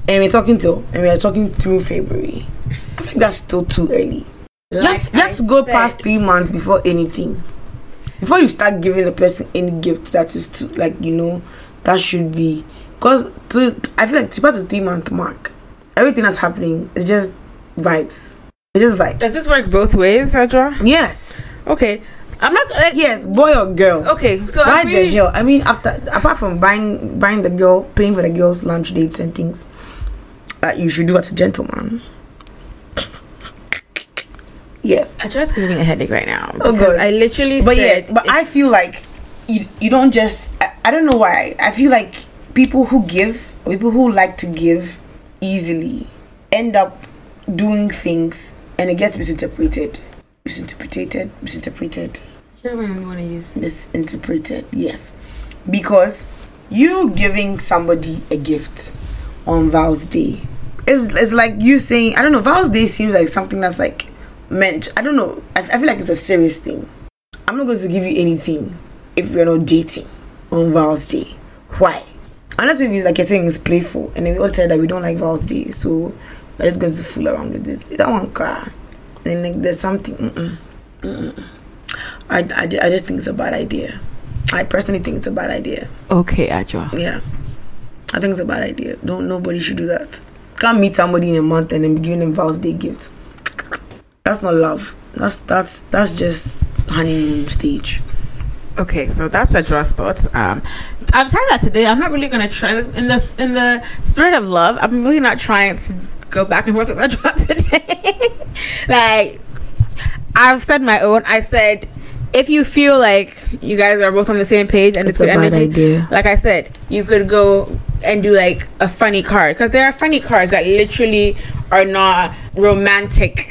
[SPEAKER 2] and we're talking till and we are talking through February, I think that's still too early. let's
[SPEAKER 1] Like I
[SPEAKER 2] let's go
[SPEAKER 1] said,
[SPEAKER 2] past three months before anything. Before you start giving the person any gift that is too like you know that should be because to I feel like to pass the three month mark, everything that's happening is just vibes. It's just vibes.
[SPEAKER 1] Does this work both ways, Sajra?
[SPEAKER 2] yes,
[SPEAKER 1] Okay, I'm not. Like,
[SPEAKER 2] yes, boy or girl.
[SPEAKER 1] Okay, so
[SPEAKER 2] Why
[SPEAKER 1] I'm
[SPEAKER 2] the
[SPEAKER 1] really-
[SPEAKER 2] hell? I mean, after apart from buying buying the girl, paying for the girl's lunch dates and things that you should do as a gentleman. yes,
[SPEAKER 1] Adra's giving me a headache right now.
[SPEAKER 2] Oh,
[SPEAKER 1] because
[SPEAKER 2] God.
[SPEAKER 1] I literally
[SPEAKER 2] but
[SPEAKER 1] said.
[SPEAKER 2] yeah, but I feel like you you don't just. I, I don't know why. I feel like people who give, people who like to give easily, end up doing things and it gets misinterpreted, misinterpreted, misinterpreted.
[SPEAKER 1] Whichever you want to use.
[SPEAKER 2] misinterpreted yes because you giving somebody a gift on vows day it's, it's like you saying i don't know vows day seems like something that's like meant i don't know I, I feel like it's a serious thing i'm not going to give you anything if we're not dating on vows day why unless maybe like you're saying it's playful and then we all said that we don't like vows day so we're just going to fool around with this that one car and like there's something mm-mm. I, I, ju- I just think it's a bad idea. I personally think it's a bad idea.
[SPEAKER 1] Okay, Adra.
[SPEAKER 2] Yeah. I think it's a bad idea. Don't nobody should do that. Can't meet somebody in a month and then be giving them vows day gifts. That's not love. That's that's that's just honeymoon stage.
[SPEAKER 1] Okay, so that's Adra's thoughts. Um, I'm trying that today. I'm not really gonna try this in the in the spirit of love. I'm really not trying to go back and forth with Adra today. like, I've said my own. I said, if you feel like you guys are both on the same page and it's,
[SPEAKER 2] It's a
[SPEAKER 1] good
[SPEAKER 2] bad
[SPEAKER 1] energy,
[SPEAKER 2] idea.
[SPEAKER 1] like I said, you could go and do like a funny card because there are funny cards that literally are not romantic.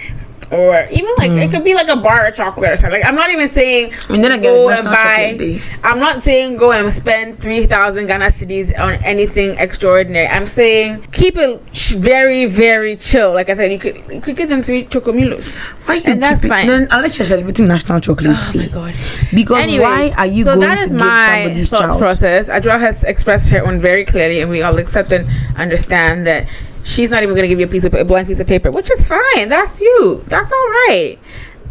[SPEAKER 1] Or even like
[SPEAKER 2] Mm.
[SPEAKER 1] it could be like a bar of chocolate or something. Like I'm not even saying
[SPEAKER 2] And then again,
[SPEAKER 1] go
[SPEAKER 2] it's
[SPEAKER 1] and
[SPEAKER 2] National
[SPEAKER 1] buy.
[SPEAKER 2] Chocolate Day.
[SPEAKER 1] I'm not saying go and spend three thousand Ghana cedis on anything extraordinary. I'm saying keep it ch- very, very chill. Like I said, you could you could give them three chocomilos.
[SPEAKER 2] Why you
[SPEAKER 1] And that's
[SPEAKER 2] keep it-
[SPEAKER 1] fine.
[SPEAKER 2] No, unless you're celebrating National Chocolate
[SPEAKER 1] Oh my
[SPEAKER 2] Day.
[SPEAKER 1] god.
[SPEAKER 2] Because why are you
[SPEAKER 1] so
[SPEAKER 2] going
[SPEAKER 1] that is
[SPEAKER 2] to give
[SPEAKER 1] my
[SPEAKER 2] somebody's
[SPEAKER 1] thought
[SPEAKER 2] child?
[SPEAKER 1] process. Adra has expressed her own very clearly, and we all accept and understand that she's not even going to give you a piece of a blank piece of paper, which is fine. That's you. That's all right.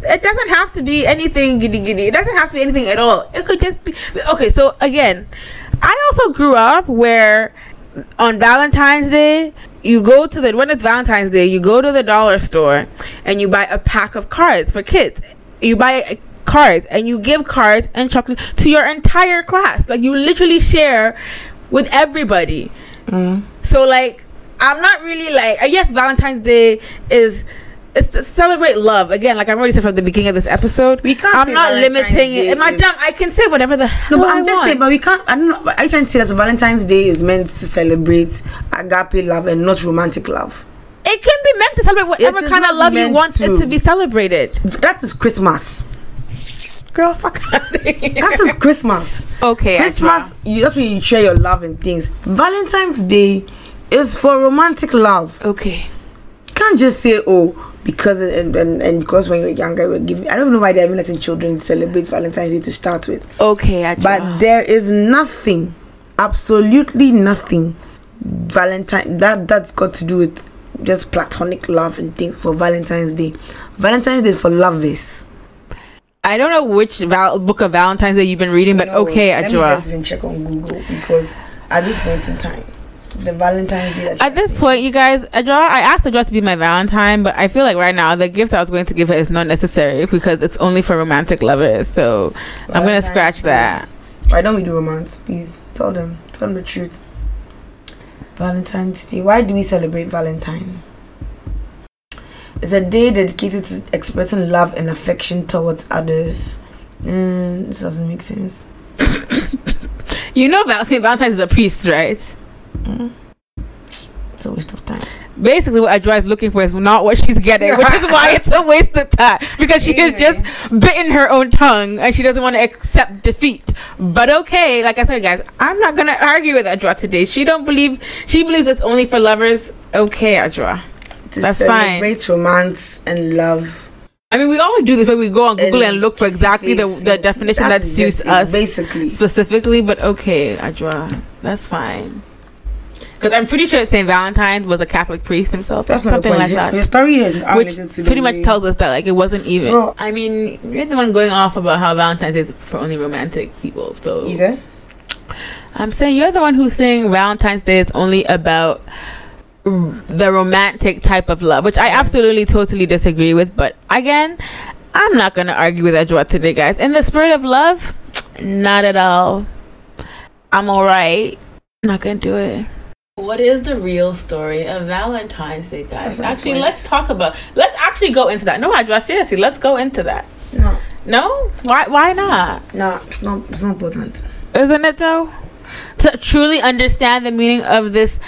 [SPEAKER 1] It doesn't have to be anything giddy giddy. It doesn't have to be anything at all. It could just be okay. So again, I also grew up where on Valentine's Day, you go to the when it's Valentine's Day, you go to the dollar store and you buy a pack of cards for kids. You buy uh, cards and you give cards and chocolate to your entire class. Like you literally share with everybody.
[SPEAKER 2] Mm-hmm.
[SPEAKER 1] So like I'm not really like uh, yes, Valentine's Day is it's to celebrate love again. Like I've already said from the beginning of this episode,
[SPEAKER 2] We can't
[SPEAKER 1] I'm
[SPEAKER 2] say
[SPEAKER 1] not
[SPEAKER 2] Valentine's
[SPEAKER 1] limiting
[SPEAKER 2] Day
[SPEAKER 1] it.
[SPEAKER 2] is-
[SPEAKER 1] Madam, I can say whatever the
[SPEAKER 2] No,
[SPEAKER 1] hell
[SPEAKER 2] but
[SPEAKER 1] I
[SPEAKER 2] I'm just
[SPEAKER 1] want.
[SPEAKER 2] saying, but we can't. I don't know. But are you trying to say that Valentine's Day is meant to celebrate agape love and not romantic love?
[SPEAKER 1] it can be meant to celebrate whatever
[SPEAKER 2] It is
[SPEAKER 1] kind of
[SPEAKER 2] not
[SPEAKER 1] love you
[SPEAKER 2] meant
[SPEAKER 1] want it
[SPEAKER 2] to.
[SPEAKER 1] to be celebrated.
[SPEAKER 2] That is Christmas.
[SPEAKER 1] Girl, fuck out of here.
[SPEAKER 2] That is Christmas.
[SPEAKER 1] Okay,
[SPEAKER 2] Christmas, you, that's when you share your love and things. Valentine's Day is for romantic love.
[SPEAKER 1] Okay.
[SPEAKER 2] You can't just say, oh, because and, and, and because when you were younger, we we're giving. I don't know why they're even letting children celebrate Valentine's Day to start with.
[SPEAKER 1] Okay, I
[SPEAKER 2] But there is nothing, absolutely nothing, Valentine that that's got to do with just platonic love and things for Valentine's Day. Valentine's Day is for lovers.
[SPEAKER 1] I don't know which val- book of Valentine's that you've been reading, but
[SPEAKER 2] No,
[SPEAKER 1] okay,
[SPEAKER 2] let me
[SPEAKER 1] Ajua.
[SPEAKER 2] just even check on Google because at this point in time, the Valentine's Day. that
[SPEAKER 1] At
[SPEAKER 2] you-
[SPEAKER 1] this point, you guys, Ajua, I asked Ajua to be my Valentine, but I feel like right now the gift I was going to give her is not necessary because it's only for romantic lovers. So I'm gonna
[SPEAKER 2] Valentine's
[SPEAKER 1] scratch
[SPEAKER 2] Day.
[SPEAKER 1] that.
[SPEAKER 2] Why don't we do romance? Please tell them, tell them the truth. Valentine's Day. Why do we celebrate Valentine? It's a day dedicated to expressing love and affection towards others. Mm, this doesn't make sense.
[SPEAKER 1] You know Val- St. Valentine's is a priest, right?
[SPEAKER 2] Mm. It's a waste of time.
[SPEAKER 1] Basically, what Adra is looking for is not what she's getting, which is why it's a waste of time because she has just bitten her own tongue and she doesn't want to accept defeat. But okay, like I said, guys, I'm not gonna argue with Adra today. She don't believe she believes it's only for lovers. Okay, Adra.
[SPEAKER 2] to
[SPEAKER 1] That's fine.
[SPEAKER 2] celebrate romance and love.
[SPEAKER 1] I mean, we all do this, but we go on Google and, look for
[SPEAKER 2] kissy
[SPEAKER 1] exactly the,
[SPEAKER 2] face,
[SPEAKER 1] the
[SPEAKER 2] fancy.
[SPEAKER 1] definition that
[SPEAKER 2] That's
[SPEAKER 1] suits
[SPEAKER 2] just it,
[SPEAKER 1] us.
[SPEAKER 2] Basically,
[SPEAKER 1] specifically, but okay, Adra, that's fine. Because I'm pretty sure Saint Valentine was a Catholic priest himself,
[SPEAKER 2] that's not the
[SPEAKER 1] something
[SPEAKER 2] point.
[SPEAKER 1] like
[SPEAKER 2] his,
[SPEAKER 1] that,
[SPEAKER 2] his story is
[SPEAKER 1] which pretty much tells us that like it wasn't even.
[SPEAKER 2] Bro.
[SPEAKER 1] I mean, you're the one going off about how Valentine's is for only romantic people, so
[SPEAKER 2] Is it?
[SPEAKER 1] I'm saying you're the one who's saying Valentine's Day is only about r- the romantic type of love, which I absolutely totally disagree with. But again, I'm not going to argue with Edgewater today, guys. In the spirit of love, not at all. I'm all right. Not going to do it. What is the real story of Valentine's Day, guys?
[SPEAKER 2] That's my
[SPEAKER 1] Actually,
[SPEAKER 2] point.
[SPEAKER 1] let's talk about. Let's actually go into that. No, Adra, seriously, let's go into that.
[SPEAKER 2] No,
[SPEAKER 1] No, why? Why not?
[SPEAKER 2] no, it's not. It's not important.
[SPEAKER 1] isn't it though? To truly understand the meaning of this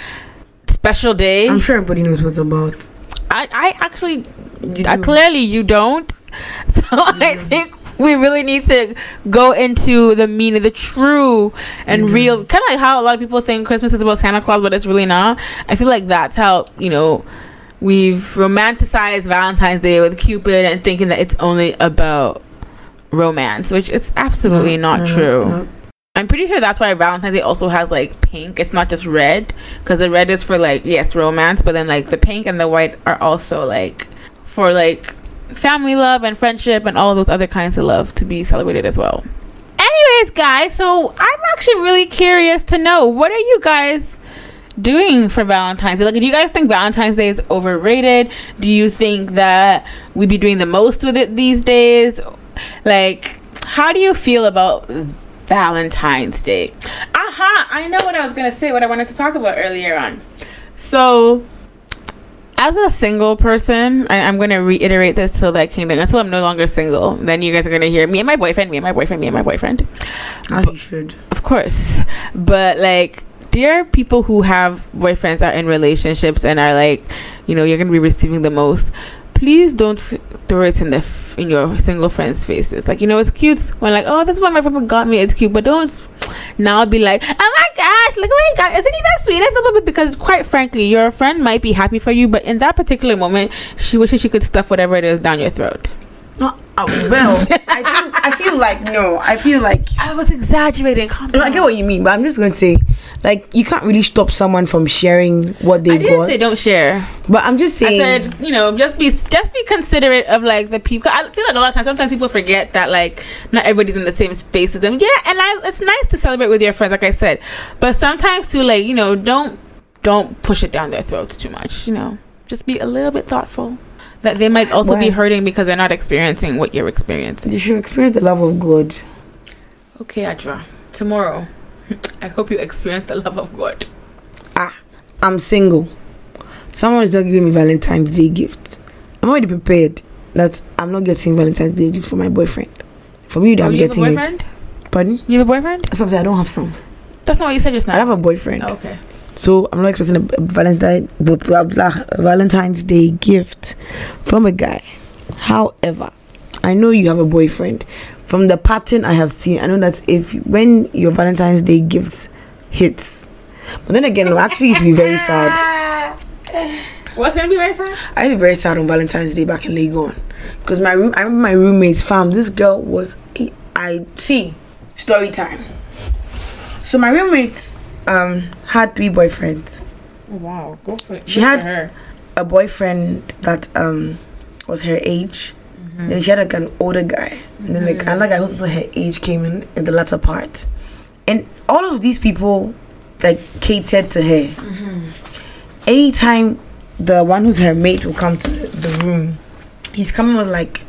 [SPEAKER 1] special day,
[SPEAKER 2] I'm
[SPEAKER 1] I,
[SPEAKER 2] sure everybody knows what's about.
[SPEAKER 1] I actually,
[SPEAKER 2] You
[SPEAKER 1] I,
[SPEAKER 2] do.
[SPEAKER 1] Uh, clearly you don't. So I think we really need to go into the meaning, the true and real, kind of like how a lot of people think Christmas is about Santa Claus, but it's really not. I feel like that's how you know we've romanticized Valentine's Day with Cupid and thinking that it's only about romance, which it's absolutely not
[SPEAKER 2] No,
[SPEAKER 1] true.
[SPEAKER 2] no.
[SPEAKER 1] I'm pretty sure that's why Valentine's Day also has like pink. It's not just red because the red is for like yes romance, but then like the pink and the white are also like for like family love and friendship and all those other kinds of love to be celebrated as well. Anyways, guys, so I'm actually really curious to know what are you guys doing for Valentine's Day? Like, do you guys think Valentine's Day is overrated? Do you think that we be doing the most with it these days? Like, how do you feel about Valentine's Day? Aha, I know what I was gonna say, what I wanted to talk about earlier on. So, as a single person, I, I'm gonna reiterate this till that kingdom, until I'm no longer single. Then you guys are gonna hear me and my boyfriend, me and my boyfriend, me and my boyfriend
[SPEAKER 2] As you should.
[SPEAKER 1] of course but like there are people who have boyfriends are in relationships and are like you know you're gonna be receiving the most please don't throw it in the f- in your single friends faces like you know it's cute when like oh this is what my friend got me it's cute but don't now be like oh my gosh look what he got isn't he that sweet It's a little bit because quite frankly your friend might be happy for you but in that particular moment she wishes she could stuff whatever it is down your throat
[SPEAKER 2] No, uh, well, I think I feel like no. I feel like
[SPEAKER 1] i was exaggerating calm
[SPEAKER 2] No, I get
[SPEAKER 1] down.
[SPEAKER 2] what you mean, but I'm just going to say, like, you can't really stop someone from sharing what they
[SPEAKER 1] I didn't
[SPEAKER 2] got.
[SPEAKER 1] say don't share
[SPEAKER 2] but I'm just
[SPEAKER 1] I
[SPEAKER 2] saying,
[SPEAKER 1] said, you know, just be just be considerate of like the people. I feel like a lot of times, sometimes people forget that like not everybody's in the same space as them. Yeah, and I, it's nice to celebrate with your friends, like I said, but sometimes too, like you know, don't don't push it down their throats too much. You know, just be a little bit thoughtful that they might also be
[SPEAKER 2] Why?
[SPEAKER 1] hurting because they're not experiencing what you're experiencing.
[SPEAKER 2] you should experience the love of God.
[SPEAKER 1] Okay, Adra, tomorrow, I hope you experience the love of God.
[SPEAKER 2] I'm single. Someone is not giving me Valentine's Day gift. I'm already prepared that I'm not getting Valentine's Day gift for my boyfriend. For me,
[SPEAKER 1] Oh,
[SPEAKER 2] I'm
[SPEAKER 1] you have a
[SPEAKER 2] getting it.
[SPEAKER 1] boyfriend?
[SPEAKER 2] Pardon?
[SPEAKER 1] You have a boyfriend?
[SPEAKER 2] That's what I'm saying. I don't have some.
[SPEAKER 1] That's not what you said just now.
[SPEAKER 2] I have a boyfriend,
[SPEAKER 1] Oh, okay.
[SPEAKER 2] so I'm not expecting a Valentine, blah, blah, blah, Valentine's Day gift from a guy. However, I know you have a boyfriend. From the pattern I have seen, I know that if when your Valentine's Day gifts hits, but then again, no, actually, it should be very sad.
[SPEAKER 1] What's gonna be very sad?
[SPEAKER 2] I was very sad on Valentine's Day back in Legon because my room. I remember my roommate's fam. This girl was. I see. Story time. So my roommate um had three boyfriends.
[SPEAKER 1] Wow, go for it.
[SPEAKER 2] She
[SPEAKER 1] Good
[SPEAKER 2] had-
[SPEAKER 1] for her.
[SPEAKER 2] A boyfriend that um was her age. Then she had like an older guy. And then like another guy who's also her age came in in the latter part. And all of these people like catered to her. Anytime the one who's her mate will come to the the room, he's coming with like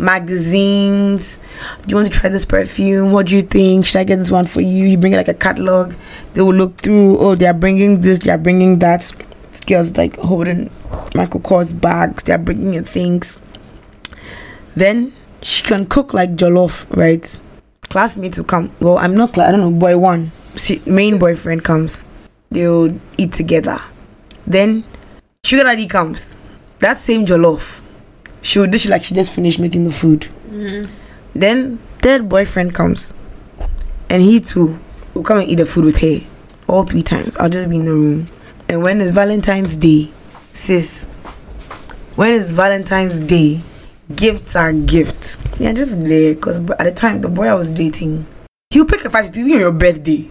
[SPEAKER 2] magazines. Do you want to try this perfume? What do you think? Should I get this one for you? You bring like a catalog. They will look through. Oh, they are bringing this. They are bringing that. girls like holding Michael Kors bags, they're bringing in things. Then she can cook like jollof, right? Classmates will come. Well, I'm not. Cla- I don't know. Boy one, see, main boyfriend comes. They'll eat together. Then sugar daddy comes. That same jollof. She will dish like she just finished making the food. Then third boyfriend comes, and he too will come and eat the food with her. All three times, I'll just be in the room. And when is Valentine's Day, sis? When is Valentine's Day? Gifts are gifts. Yeah, just there. Cause b- at the time, the boy I was dating, he'll pick a fight with you on your birthday.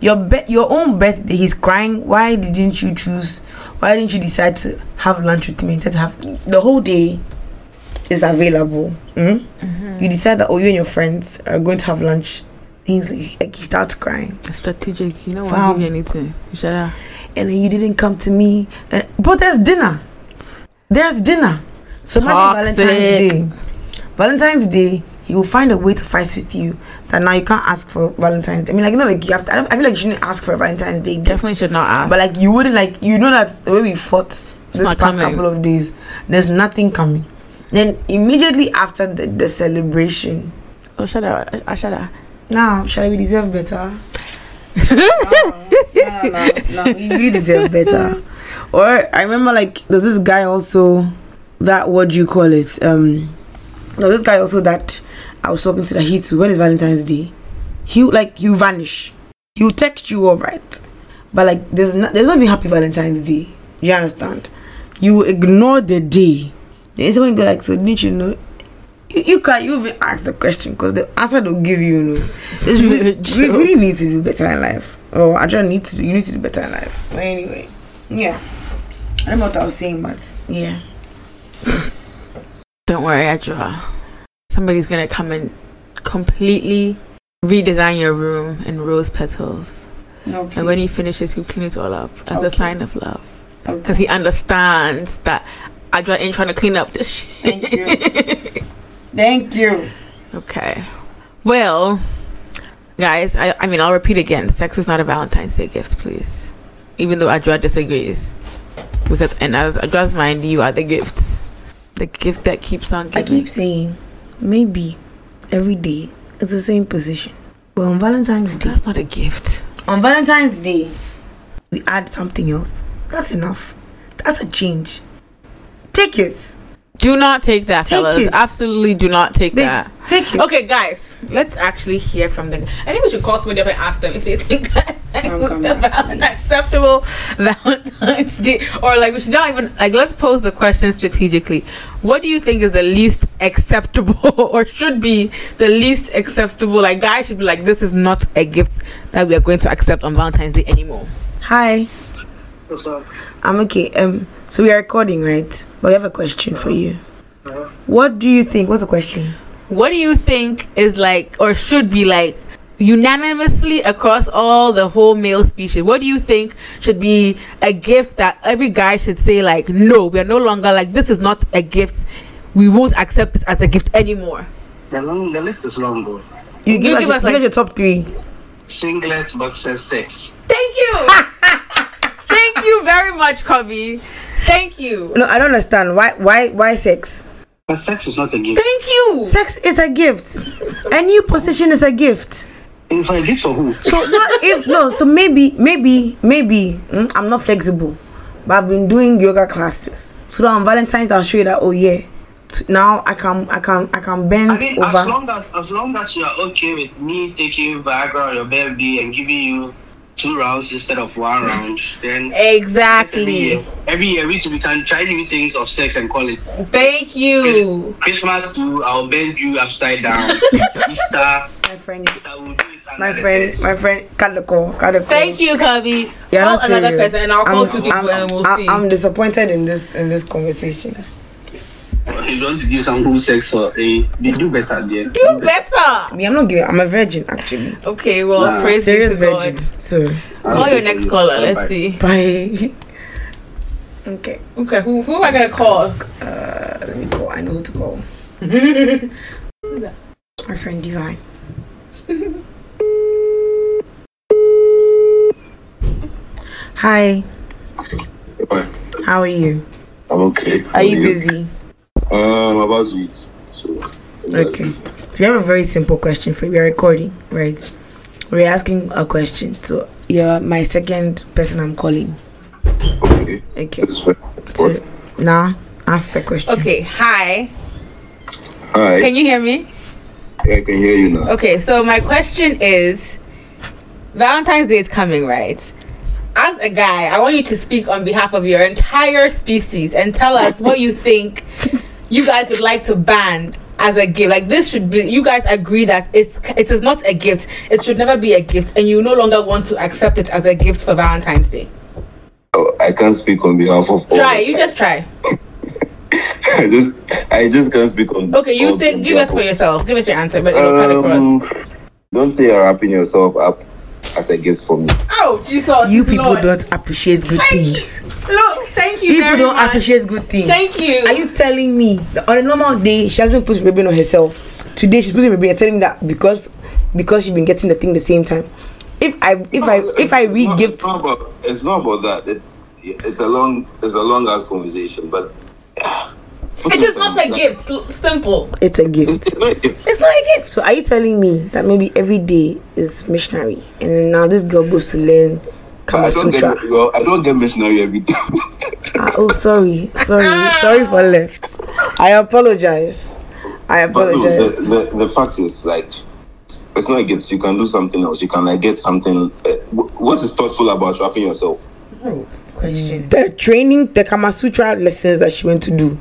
[SPEAKER 2] Your be- your own birthday. He's crying. Why didn't you choose? Why didn't you decide to have lunch with me instead of have the whole day? Is available. Mm? you decide that oh you and your friends are going to have lunch he's like, like he starts crying
[SPEAKER 1] Strategic. You know what?
[SPEAKER 2] Fam.
[SPEAKER 1] Give you anything. You Shut up.
[SPEAKER 2] and then you didn't come to me and but there's dinner there's dinner so imagine valentine's day valentine's day he will find a way to fight with you that now you can't ask for valentine's day i mean like you know like you have to i, don't, I feel like you shouldn't ask for a valentine's day gift.
[SPEAKER 1] Definitely should not ask.
[SPEAKER 2] but like you wouldn't like you know that the way we fought this
[SPEAKER 1] not
[SPEAKER 2] past
[SPEAKER 1] coming.
[SPEAKER 2] couple of days there's nothing coming then immediately after the, the celebration
[SPEAKER 1] oh, shut up. I, I shut up.
[SPEAKER 2] Nah, shall we deserve better? no, no, no, no, we really deserve better. Or I remember like there's this guy also that what do you call it? Um no, this guy also that I was talking to that he too, when is Valentine's Day? He would, like you vanish. He'll text you alright. But like there's not there's not been happy Valentine's Day. Do you understand? You ignore the day. Then someone go like, so didn't you know? You, you can't you even ask the question because the answer they'll give you, you know. It's really, we really need to do better in life. Oh, I just need to do, you need to do better in life. But anyway, yeah. I don't know what I was saying, but yeah.
[SPEAKER 1] Don't worry, I draw. Somebody's gonna come and completely redesign your room in rose petals.
[SPEAKER 2] No, please.
[SPEAKER 1] And when he finishes, he'll clean it all up as a
[SPEAKER 2] Okay.
[SPEAKER 1] sign of love.
[SPEAKER 2] Okay.
[SPEAKER 1] Because he understands that Adra ain't trying to clean up this shit.
[SPEAKER 2] Thank you. Thank you.
[SPEAKER 1] Okay. Well, guys, I, I mean, I'll repeat again sex is not a Valentine's Day gift, please. Even though Adra disagrees. Because, and as Adra's mind, you are the gifts. The gift that keeps on
[SPEAKER 2] I
[SPEAKER 1] giving.
[SPEAKER 2] keep saying maybe every day it's the same position. But on Valentine's Day,
[SPEAKER 1] That's not a gift.
[SPEAKER 2] on Valentine's Day, we add something else. That's enough. That's a change. Take it,
[SPEAKER 1] Do not take that,
[SPEAKER 2] Take
[SPEAKER 1] fellas.
[SPEAKER 2] it.
[SPEAKER 1] Absolutely do not take
[SPEAKER 2] babes.
[SPEAKER 1] that.
[SPEAKER 2] Take it.
[SPEAKER 1] Okay, guys, let's actually hear from them. I think we should call somebody up and ask them if they think that sex
[SPEAKER 2] I'm
[SPEAKER 1] is
[SPEAKER 2] coming.
[SPEAKER 1] a val- acceptable Valentine's Day, or like we should not even like. Let's pose the question strategically. What do you think is the least acceptable, or should be the least acceptable? Like guys should be like, this is not a gift that we are going to accept on Valentine's Day anymore.
[SPEAKER 2] Hi,
[SPEAKER 3] What's up?
[SPEAKER 2] I'm okay. Um, so we are recording, right? But I have a question for you.
[SPEAKER 3] Uh-huh.
[SPEAKER 2] What do you think? What's the question?
[SPEAKER 1] what do you think is like or should be like unanimously across all the whole male species what do you think should be a gift that every guy should say like no we are no longer like this is not a gift we won't accept this as a gift anymore
[SPEAKER 3] The, long, the list is long, though.
[SPEAKER 2] You give,
[SPEAKER 1] You
[SPEAKER 2] us,
[SPEAKER 1] give
[SPEAKER 2] your-
[SPEAKER 1] us,
[SPEAKER 2] give
[SPEAKER 1] like-
[SPEAKER 2] us your top three.
[SPEAKER 3] Singlets, boxers, sex.
[SPEAKER 1] thank you thank you very much covey thank you
[SPEAKER 2] No, I don't understand. Why? Why? Why sex?
[SPEAKER 3] But sex is not a gift.
[SPEAKER 1] thank you
[SPEAKER 2] Sex is a gift. a new position is a gift.
[SPEAKER 3] It's a gift for who?
[SPEAKER 2] So not if no. So maybe, maybe, maybe mm, I'm not flexible, but I've been doing yoga classes. So that on Valentine's, I'll show you that. Oh yeah, t- now I can, I can, I can bend
[SPEAKER 3] I mean, as
[SPEAKER 2] over.
[SPEAKER 3] long as as long as you are okay with me taking Viagra on your birthday and giving you two rounds instead of one round, then every
[SPEAKER 1] exactly
[SPEAKER 3] year, every year we, too, we can try new things of sex and call it
[SPEAKER 1] thank you
[SPEAKER 3] Christmas too. I'll bend you upside down. Easter,
[SPEAKER 2] My friend,
[SPEAKER 3] Easter will do it under
[SPEAKER 2] my
[SPEAKER 3] the
[SPEAKER 2] friend,
[SPEAKER 3] bed.
[SPEAKER 2] my friend, cut the call, cut the call.
[SPEAKER 1] thank you covey
[SPEAKER 2] You're
[SPEAKER 1] call
[SPEAKER 2] not
[SPEAKER 1] another
[SPEAKER 2] serious.
[SPEAKER 1] person and i'll call
[SPEAKER 2] I'm-
[SPEAKER 1] two people
[SPEAKER 2] I'm,
[SPEAKER 1] and we'll
[SPEAKER 2] I'm-
[SPEAKER 1] see
[SPEAKER 2] I'm disappointed in this in this conversation.
[SPEAKER 3] You don't give some who sex for a. You do better there.
[SPEAKER 1] you better
[SPEAKER 2] I mean, I'm not giving. I'm a virgin actually.
[SPEAKER 1] Okay, well,
[SPEAKER 3] Nah.
[SPEAKER 1] praise be
[SPEAKER 2] Serious
[SPEAKER 1] to
[SPEAKER 2] virgin.
[SPEAKER 1] God.
[SPEAKER 2] So
[SPEAKER 1] Call your next caller. Let's see.
[SPEAKER 2] bye. okay.
[SPEAKER 1] Okay, who, who am I gonna call?
[SPEAKER 2] Uh, let me call. I know who to call.
[SPEAKER 1] that?
[SPEAKER 2] My friend Divine. Hi.
[SPEAKER 4] Hi,
[SPEAKER 2] How are you?
[SPEAKER 4] I'm okay. How
[SPEAKER 2] Are you busy?
[SPEAKER 4] Uh, I'm about to eat. So. yeah,
[SPEAKER 2] Okay.
[SPEAKER 4] busy.
[SPEAKER 2] So we have a very simple question for you. We are recording, right? We're asking a question. So you're my second person I'm calling.
[SPEAKER 4] Okay.
[SPEAKER 2] Okay.
[SPEAKER 4] That's fine.
[SPEAKER 2] So
[SPEAKER 4] What?
[SPEAKER 2] now ask the question.
[SPEAKER 1] Okay, hi.
[SPEAKER 4] Hi.
[SPEAKER 1] Can you hear me?
[SPEAKER 4] Yeah, I can hear you now.
[SPEAKER 1] Okay, so my question is Valentine's Day is coming, right? As a guy, I want you to speak on behalf of your entire species and tell us what you think you guys would like to ban as a gift. Like this should be you guys agree that it's it is not a gift. It should never be a gift and you no longer want to accept it as a gift for Valentine's Day.
[SPEAKER 4] Oh, I can't speak on behalf of. all
[SPEAKER 1] Try,
[SPEAKER 4] the-
[SPEAKER 1] you just try.
[SPEAKER 4] I just, I just can't speak on.
[SPEAKER 1] Okay, you
[SPEAKER 2] Oh,
[SPEAKER 4] all
[SPEAKER 1] say
[SPEAKER 4] the
[SPEAKER 1] give us
[SPEAKER 4] behalf
[SPEAKER 1] for
[SPEAKER 4] of-
[SPEAKER 1] yourself. Give us your answer, but it'll cut across.
[SPEAKER 4] Um, don't say you're wrapping yourself up as a gift for me.
[SPEAKER 1] Oh Jesus.
[SPEAKER 2] You people
[SPEAKER 1] Lord.
[SPEAKER 2] don't appreciate good things.
[SPEAKER 1] look, thank you.
[SPEAKER 2] People
[SPEAKER 1] very
[SPEAKER 2] don't
[SPEAKER 1] much.
[SPEAKER 2] appreciate good things.
[SPEAKER 1] Thank you.
[SPEAKER 2] Are you telling me that on a normal day she hasn't put ribbon on herself? Today she's putting ribbon and telling me that because because she's been getting the thing the same time. If I if I if I
[SPEAKER 4] It's not-
[SPEAKER 2] re-gift
[SPEAKER 4] it's not about- it's not about that. It's it's a long it's a long ass conversation, but
[SPEAKER 1] It is not a gift. l- Simple.
[SPEAKER 2] it's a gift.
[SPEAKER 4] It's not a gift.
[SPEAKER 1] It's not a gift.
[SPEAKER 2] So are you telling me that maybe every day is missionary and then now this girl goes to learn Kama
[SPEAKER 4] I don't
[SPEAKER 2] Sutra?
[SPEAKER 4] get well. I don't get missionary every day.
[SPEAKER 2] Ah, oh sorry, sorry, sorry for left. I apologize. I
[SPEAKER 4] but no,
[SPEAKER 2] apologize.
[SPEAKER 4] the, the the fact is like. It's not a gift. You can do something else. You can like get something. Uh, wh- what is thoughtful about wrapping yourself?
[SPEAKER 1] Question.
[SPEAKER 2] The training, the Kama Sutra lessons that she went to do.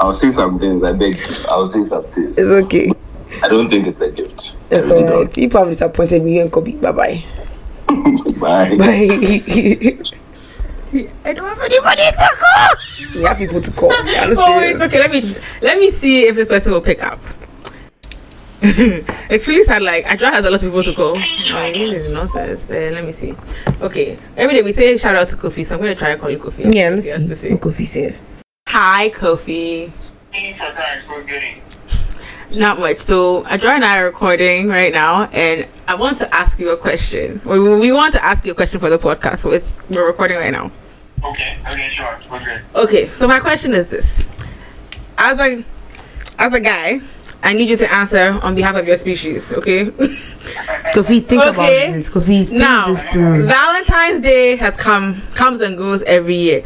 [SPEAKER 4] I'll say some things. I beg. you. I'll say some things.
[SPEAKER 2] It's okay.
[SPEAKER 4] I don't think it's a gift. I
[SPEAKER 2] That's
[SPEAKER 4] really
[SPEAKER 2] alright. You probably disappointed me. You and Kobe. Bye bye.
[SPEAKER 4] don't. Bye.
[SPEAKER 2] Bye.
[SPEAKER 1] I don't have anybody to call.
[SPEAKER 2] we have people to call. We are not
[SPEAKER 1] Oh, it's
[SPEAKER 2] serious.
[SPEAKER 1] okay. Let me let me see if this person will pick up. it's really sad. Like Adra has a lot of people to call. Like, this is nonsense. Uh, let me see. Okay. Every day we say shout out to Kofi, so I'm gonna try calling Kofi. and
[SPEAKER 2] Yeah,
[SPEAKER 1] see what
[SPEAKER 2] let's
[SPEAKER 1] he has to
[SPEAKER 2] see.
[SPEAKER 1] say.
[SPEAKER 2] What Kofi says.
[SPEAKER 1] Hi, Kofi. Not much. So Adra and I are recording right now, and I want to ask you a question. We, we want to ask you a question for the podcast. So it's we're recording right now.
[SPEAKER 3] Okay, okay, sure. We're good.
[SPEAKER 1] Okay, so my question is this: as a as a guy, I need you to answer on behalf of your species. Okay.
[SPEAKER 2] Kofi, think about
[SPEAKER 1] Okay.
[SPEAKER 2] this. Kofi, think
[SPEAKER 1] now,
[SPEAKER 2] this through.
[SPEAKER 1] Valentine's Day has come comes and goes every year.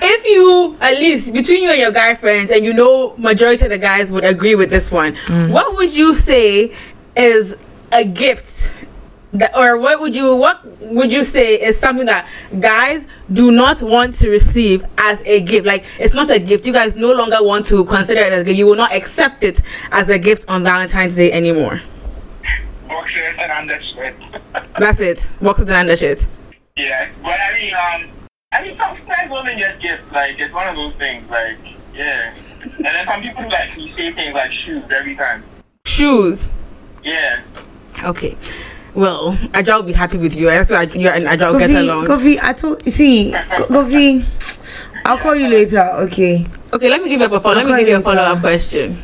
[SPEAKER 1] If you at least between you and your guy friends, and you know majority of the guys would agree with this one, what would you say is a gift? That, or what would you what would you say is something that guys do not want to receive as a gift? Like it's not a gift. You guys no longer want to consider it as a gift. You will not accept it as a gift on Valentine's Day anymore.
[SPEAKER 3] Boxers and undershirt.
[SPEAKER 1] That's it. Boxes and under shit.
[SPEAKER 3] yeah, but I mean, um, I mean, some sometimes women just get like it's one of those things. Like, yeah, and then some people like you say things like shoes every time.
[SPEAKER 1] Shoes.
[SPEAKER 3] Yeah.
[SPEAKER 1] Okay. Well, Ajah will be happy with you. That's why you and Ajah will get along.
[SPEAKER 2] Kofi, I told you see, Ko- Kofi, I'll call you later. Okay.
[SPEAKER 1] Okay, let me give you a follow. Let me give you a follow up question.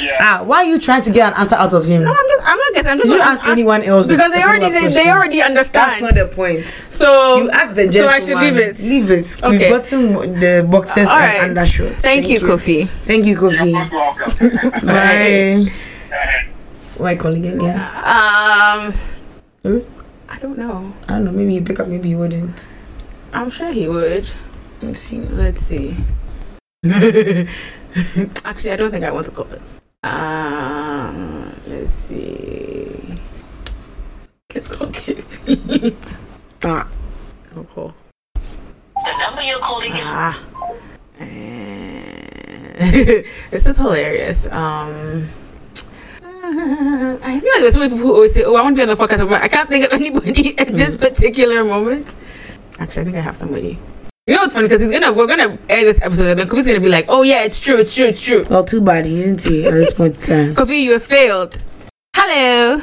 [SPEAKER 3] Yeah.
[SPEAKER 2] Ah, why are you trying to get an answer out of him?
[SPEAKER 1] No, I'm just. I'm not getting. I'm just.
[SPEAKER 2] You
[SPEAKER 1] I'm
[SPEAKER 2] ask anyone else
[SPEAKER 1] because they
[SPEAKER 2] a
[SPEAKER 1] already.
[SPEAKER 2] follow-up
[SPEAKER 1] They, they
[SPEAKER 2] question.
[SPEAKER 1] already
[SPEAKER 2] That's
[SPEAKER 1] understand.
[SPEAKER 2] not the point.
[SPEAKER 1] so
[SPEAKER 2] You ask the
[SPEAKER 1] So
[SPEAKER 2] gentleman.
[SPEAKER 1] I should leave it.
[SPEAKER 2] Leave it.
[SPEAKER 1] Okay.
[SPEAKER 2] We've gotten the boxes
[SPEAKER 1] All right.
[SPEAKER 2] and undershirt.
[SPEAKER 1] Thank, you, Kofi.
[SPEAKER 2] Thank you,
[SPEAKER 3] You're
[SPEAKER 2] Kofi.
[SPEAKER 3] most welcome.
[SPEAKER 2] Bye. Ah.
[SPEAKER 3] Alright.
[SPEAKER 2] Why calling again?
[SPEAKER 1] Um,
[SPEAKER 2] Huh?
[SPEAKER 1] I don't know.
[SPEAKER 2] I don't know. Maybe you pick up. Maybe you wouldn't.
[SPEAKER 1] I'm sure he would.
[SPEAKER 2] Let's see.
[SPEAKER 1] Let's see. Actually, I don't think I want to call it. Um, let's see. Let's call Kofi.
[SPEAKER 2] Ah,
[SPEAKER 1] Alcohol.
[SPEAKER 5] The number you're calling is
[SPEAKER 1] Ah. Eh. this is hilarious. Um, I feel like there's so many people who always say, "Oh, I want to be on the podcast," but I can't think of anybody at this particular moment. Actually, I think I have somebody. You know what's funny? Because he's gonna we're gonna air this episode, and then Kofi's gonna be like, "Oh yeah, it's true, it's true, it's true."
[SPEAKER 2] well, too bad. You didn't see it at this point in time.
[SPEAKER 1] Kofi, you have failed. Hello.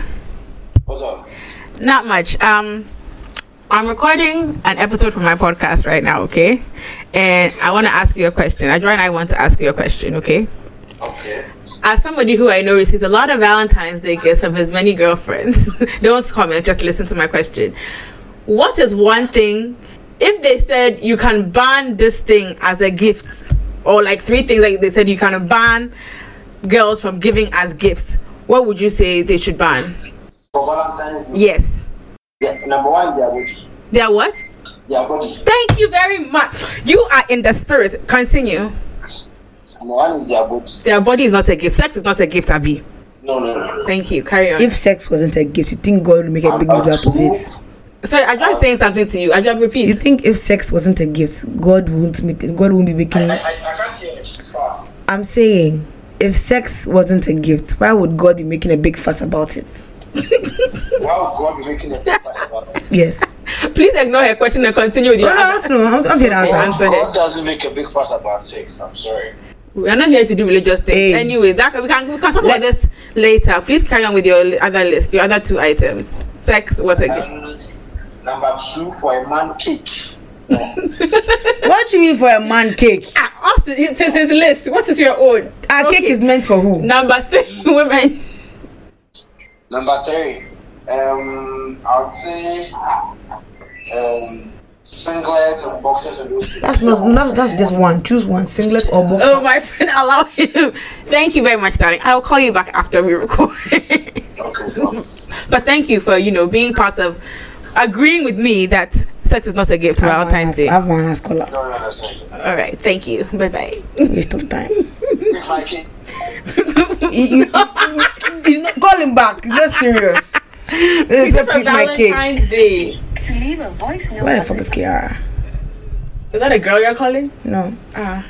[SPEAKER 4] What's up?
[SPEAKER 1] Not much. Um, I'm recording an episode for my podcast right now, okay? And I want to ask you a question. Adra and I want to ask you a question, okay?
[SPEAKER 4] Okay.
[SPEAKER 1] As somebody who I know receives a lot of Valentine's Day gifts from his many girlfriends, don't comment, just listen to my question. What is one thing, if they said you can ban this thing as a gift, or like three things like they said you can ban girls from giving as gifts, what would you say they should ban?
[SPEAKER 3] For Valentine's Day.
[SPEAKER 1] Yes.
[SPEAKER 3] Yeah, number one is their body.
[SPEAKER 1] They're what?
[SPEAKER 3] Their body.
[SPEAKER 1] Thank you very much. You are in the spirit. Continue.
[SPEAKER 3] Number one is their body.
[SPEAKER 1] Their body is not a gift. Sex is not a gift, Abby.
[SPEAKER 3] No, no, no.
[SPEAKER 1] Thank you. Carry on.
[SPEAKER 2] If sex wasn't a gift, you think God would make a big deal out of it?
[SPEAKER 1] Sorry, I
[SPEAKER 3] Uh,
[SPEAKER 1] tried saying something to you. I tried repeat.
[SPEAKER 2] You think if sex wasn't a gift, God won't make God won't be making
[SPEAKER 3] I, I, I can't hear her. She's far.
[SPEAKER 2] I'm saying if sex wasn't a gift, why would God be making a big fuss about it?
[SPEAKER 3] Why would God be making a big fuss about it?
[SPEAKER 2] Yes.
[SPEAKER 1] Please ignore her question and continue with
[SPEAKER 2] No,
[SPEAKER 1] your
[SPEAKER 2] no,
[SPEAKER 1] answer.
[SPEAKER 2] no, I'm, I'm here to answer.
[SPEAKER 1] Answer
[SPEAKER 3] God
[SPEAKER 1] that.
[SPEAKER 3] doesn't make a big fuss about sex. I'm sorry.
[SPEAKER 1] We are not here to do religious things.
[SPEAKER 2] Hey.
[SPEAKER 1] Anyway, that we can we can talk
[SPEAKER 2] Let-
[SPEAKER 1] about this later. Please carry on with your li- other list, your other two items. Sex, what a gift.
[SPEAKER 3] Um, number two for a man cake.
[SPEAKER 2] What do you mean for a man cake?
[SPEAKER 1] Ah, Austin, it says his list. What is your own?
[SPEAKER 2] A
[SPEAKER 1] Okay.
[SPEAKER 2] cake is meant for who?
[SPEAKER 1] number three. Women.
[SPEAKER 3] Number three, um, I would say um, singlets and boxes and those things.
[SPEAKER 2] That's not that's, that's just one. Choose one, singlet or boxer.
[SPEAKER 1] Oh, my friend, allow him. Thank you very much, darling. I'll call you back after we record.
[SPEAKER 3] Okay, so,
[SPEAKER 1] but thank you for you know being part of agreeing with me that sex is not a gift. Valentine's Day.
[SPEAKER 2] I have one as color.
[SPEAKER 3] no, no, no, sorry.
[SPEAKER 1] All right. Thank you. Bye bye.
[SPEAKER 2] Waste of time.
[SPEAKER 3] It's my cake.
[SPEAKER 2] He- he- he's not calling back. He's not serious. It's a piece my cake.
[SPEAKER 1] Valentine's Day.
[SPEAKER 5] To leave a voice note
[SPEAKER 2] Where the fuck is Kiara?
[SPEAKER 1] Is that a girl you're calling?
[SPEAKER 2] No.
[SPEAKER 1] Ah.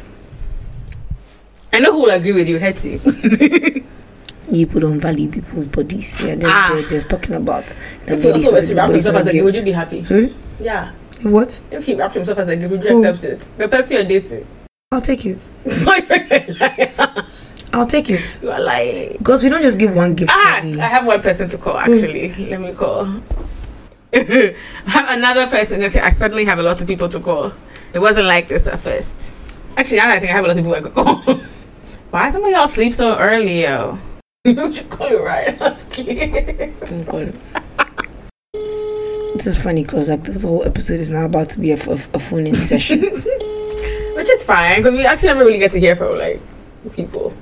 [SPEAKER 1] I know who will agree with you, Hetty.
[SPEAKER 2] You put on value people's bodies. Yeah, they're,
[SPEAKER 1] Ah.
[SPEAKER 2] they're, they're talking about the
[SPEAKER 1] if he
[SPEAKER 2] body
[SPEAKER 1] also
[SPEAKER 2] for
[SPEAKER 1] were to
[SPEAKER 2] the
[SPEAKER 1] wrap
[SPEAKER 2] body
[SPEAKER 1] himself
[SPEAKER 2] for
[SPEAKER 1] as a gift, would you
[SPEAKER 2] gift.
[SPEAKER 1] be happy?
[SPEAKER 2] Huh?
[SPEAKER 1] Yeah.
[SPEAKER 2] What?
[SPEAKER 1] If he wrapped himself as a gift, would you accept it? The person you're dating.
[SPEAKER 2] I'll take it.
[SPEAKER 1] Boyfriend,
[SPEAKER 2] I'll take it.
[SPEAKER 1] you are lying.
[SPEAKER 2] Because we don't just give one gift.
[SPEAKER 1] Ah,
[SPEAKER 2] really.
[SPEAKER 1] I have one person to call actually. Let me call. I have another person. Yes, I suddenly have a lot of people to call. It wasn't like this at first. Actually, now that I think I have a lot of people I could call. Why some of y'all sleep so early, yo? you should call it right. I'm scared.
[SPEAKER 2] Oh, God. This is funny because like this whole episode is now about to be a, phone in session.
[SPEAKER 1] Which is fine because we actually never really get to hear from like people.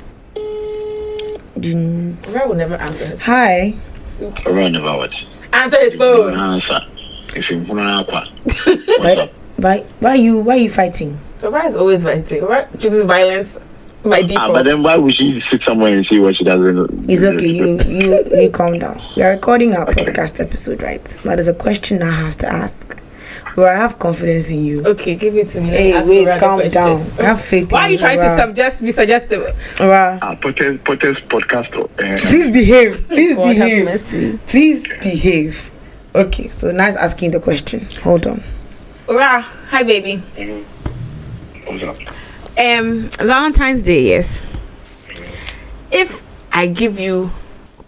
[SPEAKER 2] Dun.
[SPEAKER 1] Rare will never answer his.
[SPEAKER 2] Hi.
[SPEAKER 6] Run about
[SPEAKER 1] Answer his phone.
[SPEAKER 6] answer. If you want aqua,
[SPEAKER 2] Why, why, why you why you fighting?
[SPEAKER 1] Rare is always fighting. Rare chooses violence by
[SPEAKER 6] ah, but
[SPEAKER 1] default.
[SPEAKER 6] then why would she sit somewhere and see what she doesn't?
[SPEAKER 2] It's okay. You you you calm down. We are recording our podcast episode, right? Now there's a question I has to ask. Well, I have confidence in you.
[SPEAKER 1] Okay, give it to me. Let me
[SPEAKER 2] Hey,
[SPEAKER 1] ask
[SPEAKER 2] wait,
[SPEAKER 1] Rare the
[SPEAKER 2] calm
[SPEAKER 1] question.
[SPEAKER 2] down. Have faith.
[SPEAKER 1] Why are
[SPEAKER 2] in
[SPEAKER 1] you trying to
[SPEAKER 2] Ra.
[SPEAKER 1] suggest be suggestive?
[SPEAKER 2] Ra,
[SPEAKER 6] Ah, Potter's Potter's podcast. Uh,
[SPEAKER 2] Please behave. Please
[SPEAKER 1] God have mercy.
[SPEAKER 2] behave. Please behave. Okay, so now it's asking the question. Hold on.
[SPEAKER 1] Ra, hi baby.
[SPEAKER 6] what's up?
[SPEAKER 1] Um, Valentine's Day, yes. If I give you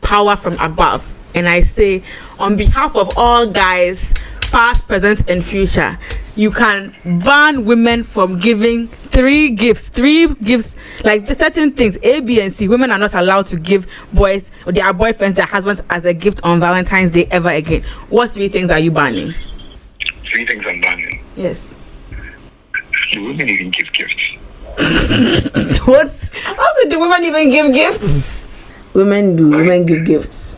[SPEAKER 1] power from above and I say, on behalf of all guys, past, present, and future, you can ban women from giving three gifts, three gifts, like the certain things, A, B, and C. Women are not allowed to give boys, or their boyfriends, their husbands, as a gift on Valentine's Day ever again. What three things are you banning?
[SPEAKER 6] Three things I'm banning.
[SPEAKER 1] Yes.
[SPEAKER 6] Do women even give gifts?
[SPEAKER 2] What?
[SPEAKER 1] Also, do women even give gifts?
[SPEAKER 2] Women do. Women give gifts.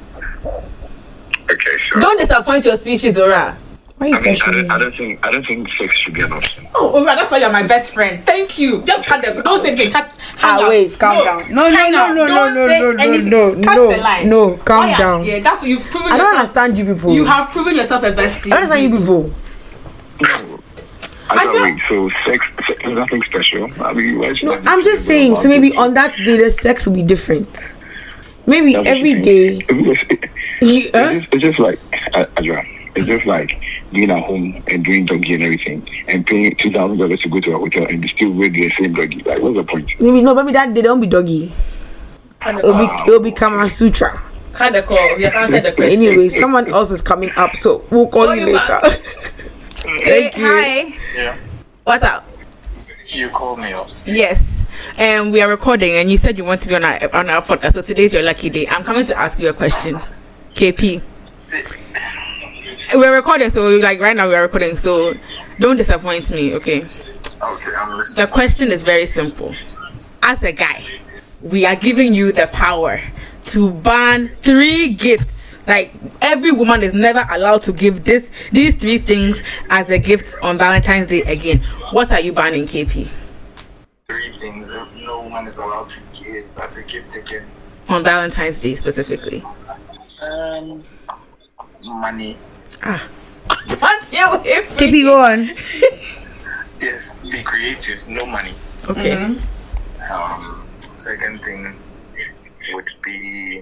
[SPEAKER 6] Okay, so
[SPEAKER 1] Don't disappoint your species, Ora.
[SPEAKER 2] Why you questioning? me?
[SPEAKER 6] don't think I don't think sex should be an option.
[SPEAKER 1] Oh, Ora, that's why you're my best friend. Thank you. Just cut the. Don't say anything. Cut. hang
[SPEAKER 2] Ah,
[SPEAKER 1] up.
[SPEAKER 2] wait, calm down. No, no,
[SPEAKER 1] hang
[SPEAKER 2] no,
[SPEAKER 1] up.
[SPEAKER 2] no,
[SPEAKER 1] Don't
[SPEAKER 2] no, no,
[SPEAKER 1] say
[SPEAKER 2] no, no,
[SPEAKER 1] anything.
[SPEAKER 2] no,
[SPEAKER 1] Cut
[SPEAKER 2] no,
[SPEAKER 1] the line.
[SPEAKER 2] no, calm
[SPEAKER 1] Why are-
[SPEAKER 2] down.
[SPEAKER 1] Yeah, that's what you've proven.
[SPEAKER 2] I don't
[SPEAKER 1] yourself-
[SPEAKER 2] understand you people.
[SPEAKER 1] You have proven yourself a bestie.
[SPEAKER 2] I don't understand you people.
[SPEAKER 6] I
[SPEAKER 1] don't-
[SPEAKER 6] don't wait. So sex, sex is nothing special. I mean, why should
[SPEAKER 2] No,
[SPEAKER 6] I be
[SPEAKER 2] I'm just
[SPEAKER 6] special
[SPEAKER 2] saying.
[SPEAKER 6] about
[SPEAKER 2] So maybe
[SPEAKER 6] it?
[SPEAKER 2] on that day, the sex will be different. Maybe
[SPEAKER 6] That's what
[SPEAKER 2] every
[SPEAKER 6] you
[SPEAKER 2] day.
[SPEAKER 6] think. It's just-
[SPEAKER 2] You, huh?
[SPEAKER 6] It's, just, it's just like uh, Adra. It's just like being at home and doing doggy and everything, and paying two thousand dollars to go to a hotel and still wear the same doggy. Like, what's the point?
[SPEAKER 2] Maybe no. Maybe that day don't be doggy.
[SPEAKER 1] Cut the
[SPEAKER 2] It'll
[SPEAKER 1] call.
[SPEAKER 2] be
[SPEAKER 6] Ah,
[SPEAKER 2] it'll be Kama Sutra.
[SPEAKER 1] Cut the call. You have answered the question.
[SPEAKER 2] Anyway, someone else is coming up, so we'll call you
[SPEAKER 1] Call you
[SPEAKER 2] later.
[SPEAKER 1] back.
[SPEAKER 2] Thank you.
[SPEAKER 1] Hi.
[SPEAKER 3] Yeah.
[SPEAKER 1] What's up?
[SPEAKER 3] You called me up.
[SPEAKER 1] Yes. and we are recording. And you said you want to be on our on our podcast, so today's your lucky day. I'm coming to ask you a question, KP. We're recording, so like right now we are recording. So don't disappoint me, okay?
[SPEAKER 3] Okay, I'm listening.
[SPEAKER 1] The question is very simple. As a guy, we are giving you the power to ban three gifts. Like every woman is never allowed to give this these three things as a gift on Valentine's Day again. What are you banning, KP?
[SPEAKER 3] Three things that no woman is allowed to give as a gift again.
[SPEAKER 1] On Valentine's Day specifically.
[SPEAKER 3] Um, money.
[SPEAKER 1] Ah. What's your
[SPEAKER 2] KP, go on.
[SPEAKER 3] Yes, be creative. No money.
[SPEAKER 1] Okay.
[SPEAKER 3] Um, second thing would be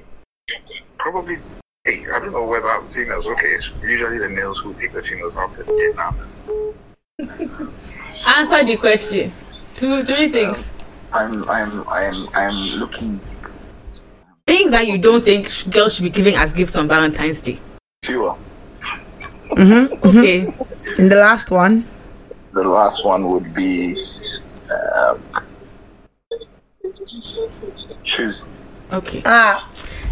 [SPEAKER 3] probably. Hey, I don't know whether females. Okay, it's usually the males who take the females out to dinner.
[SPEAKER 1] Answer the question. Two three things.
[SPEAKER 3] I'm, I'm, I'm, I'm looking
[SPEAKER 1] Things that you don't think sh- girls should be giving as gifts on Valentine's Day.
[SPEAKER 3] fewer.
[SPEAKER 1] Okay.
[SPEAKER 2] And the last one.
[SPEAKER 3] The last one would be um, shoes.
[SPEAKER 1] Okay.
[SPEAKER 2] Ah,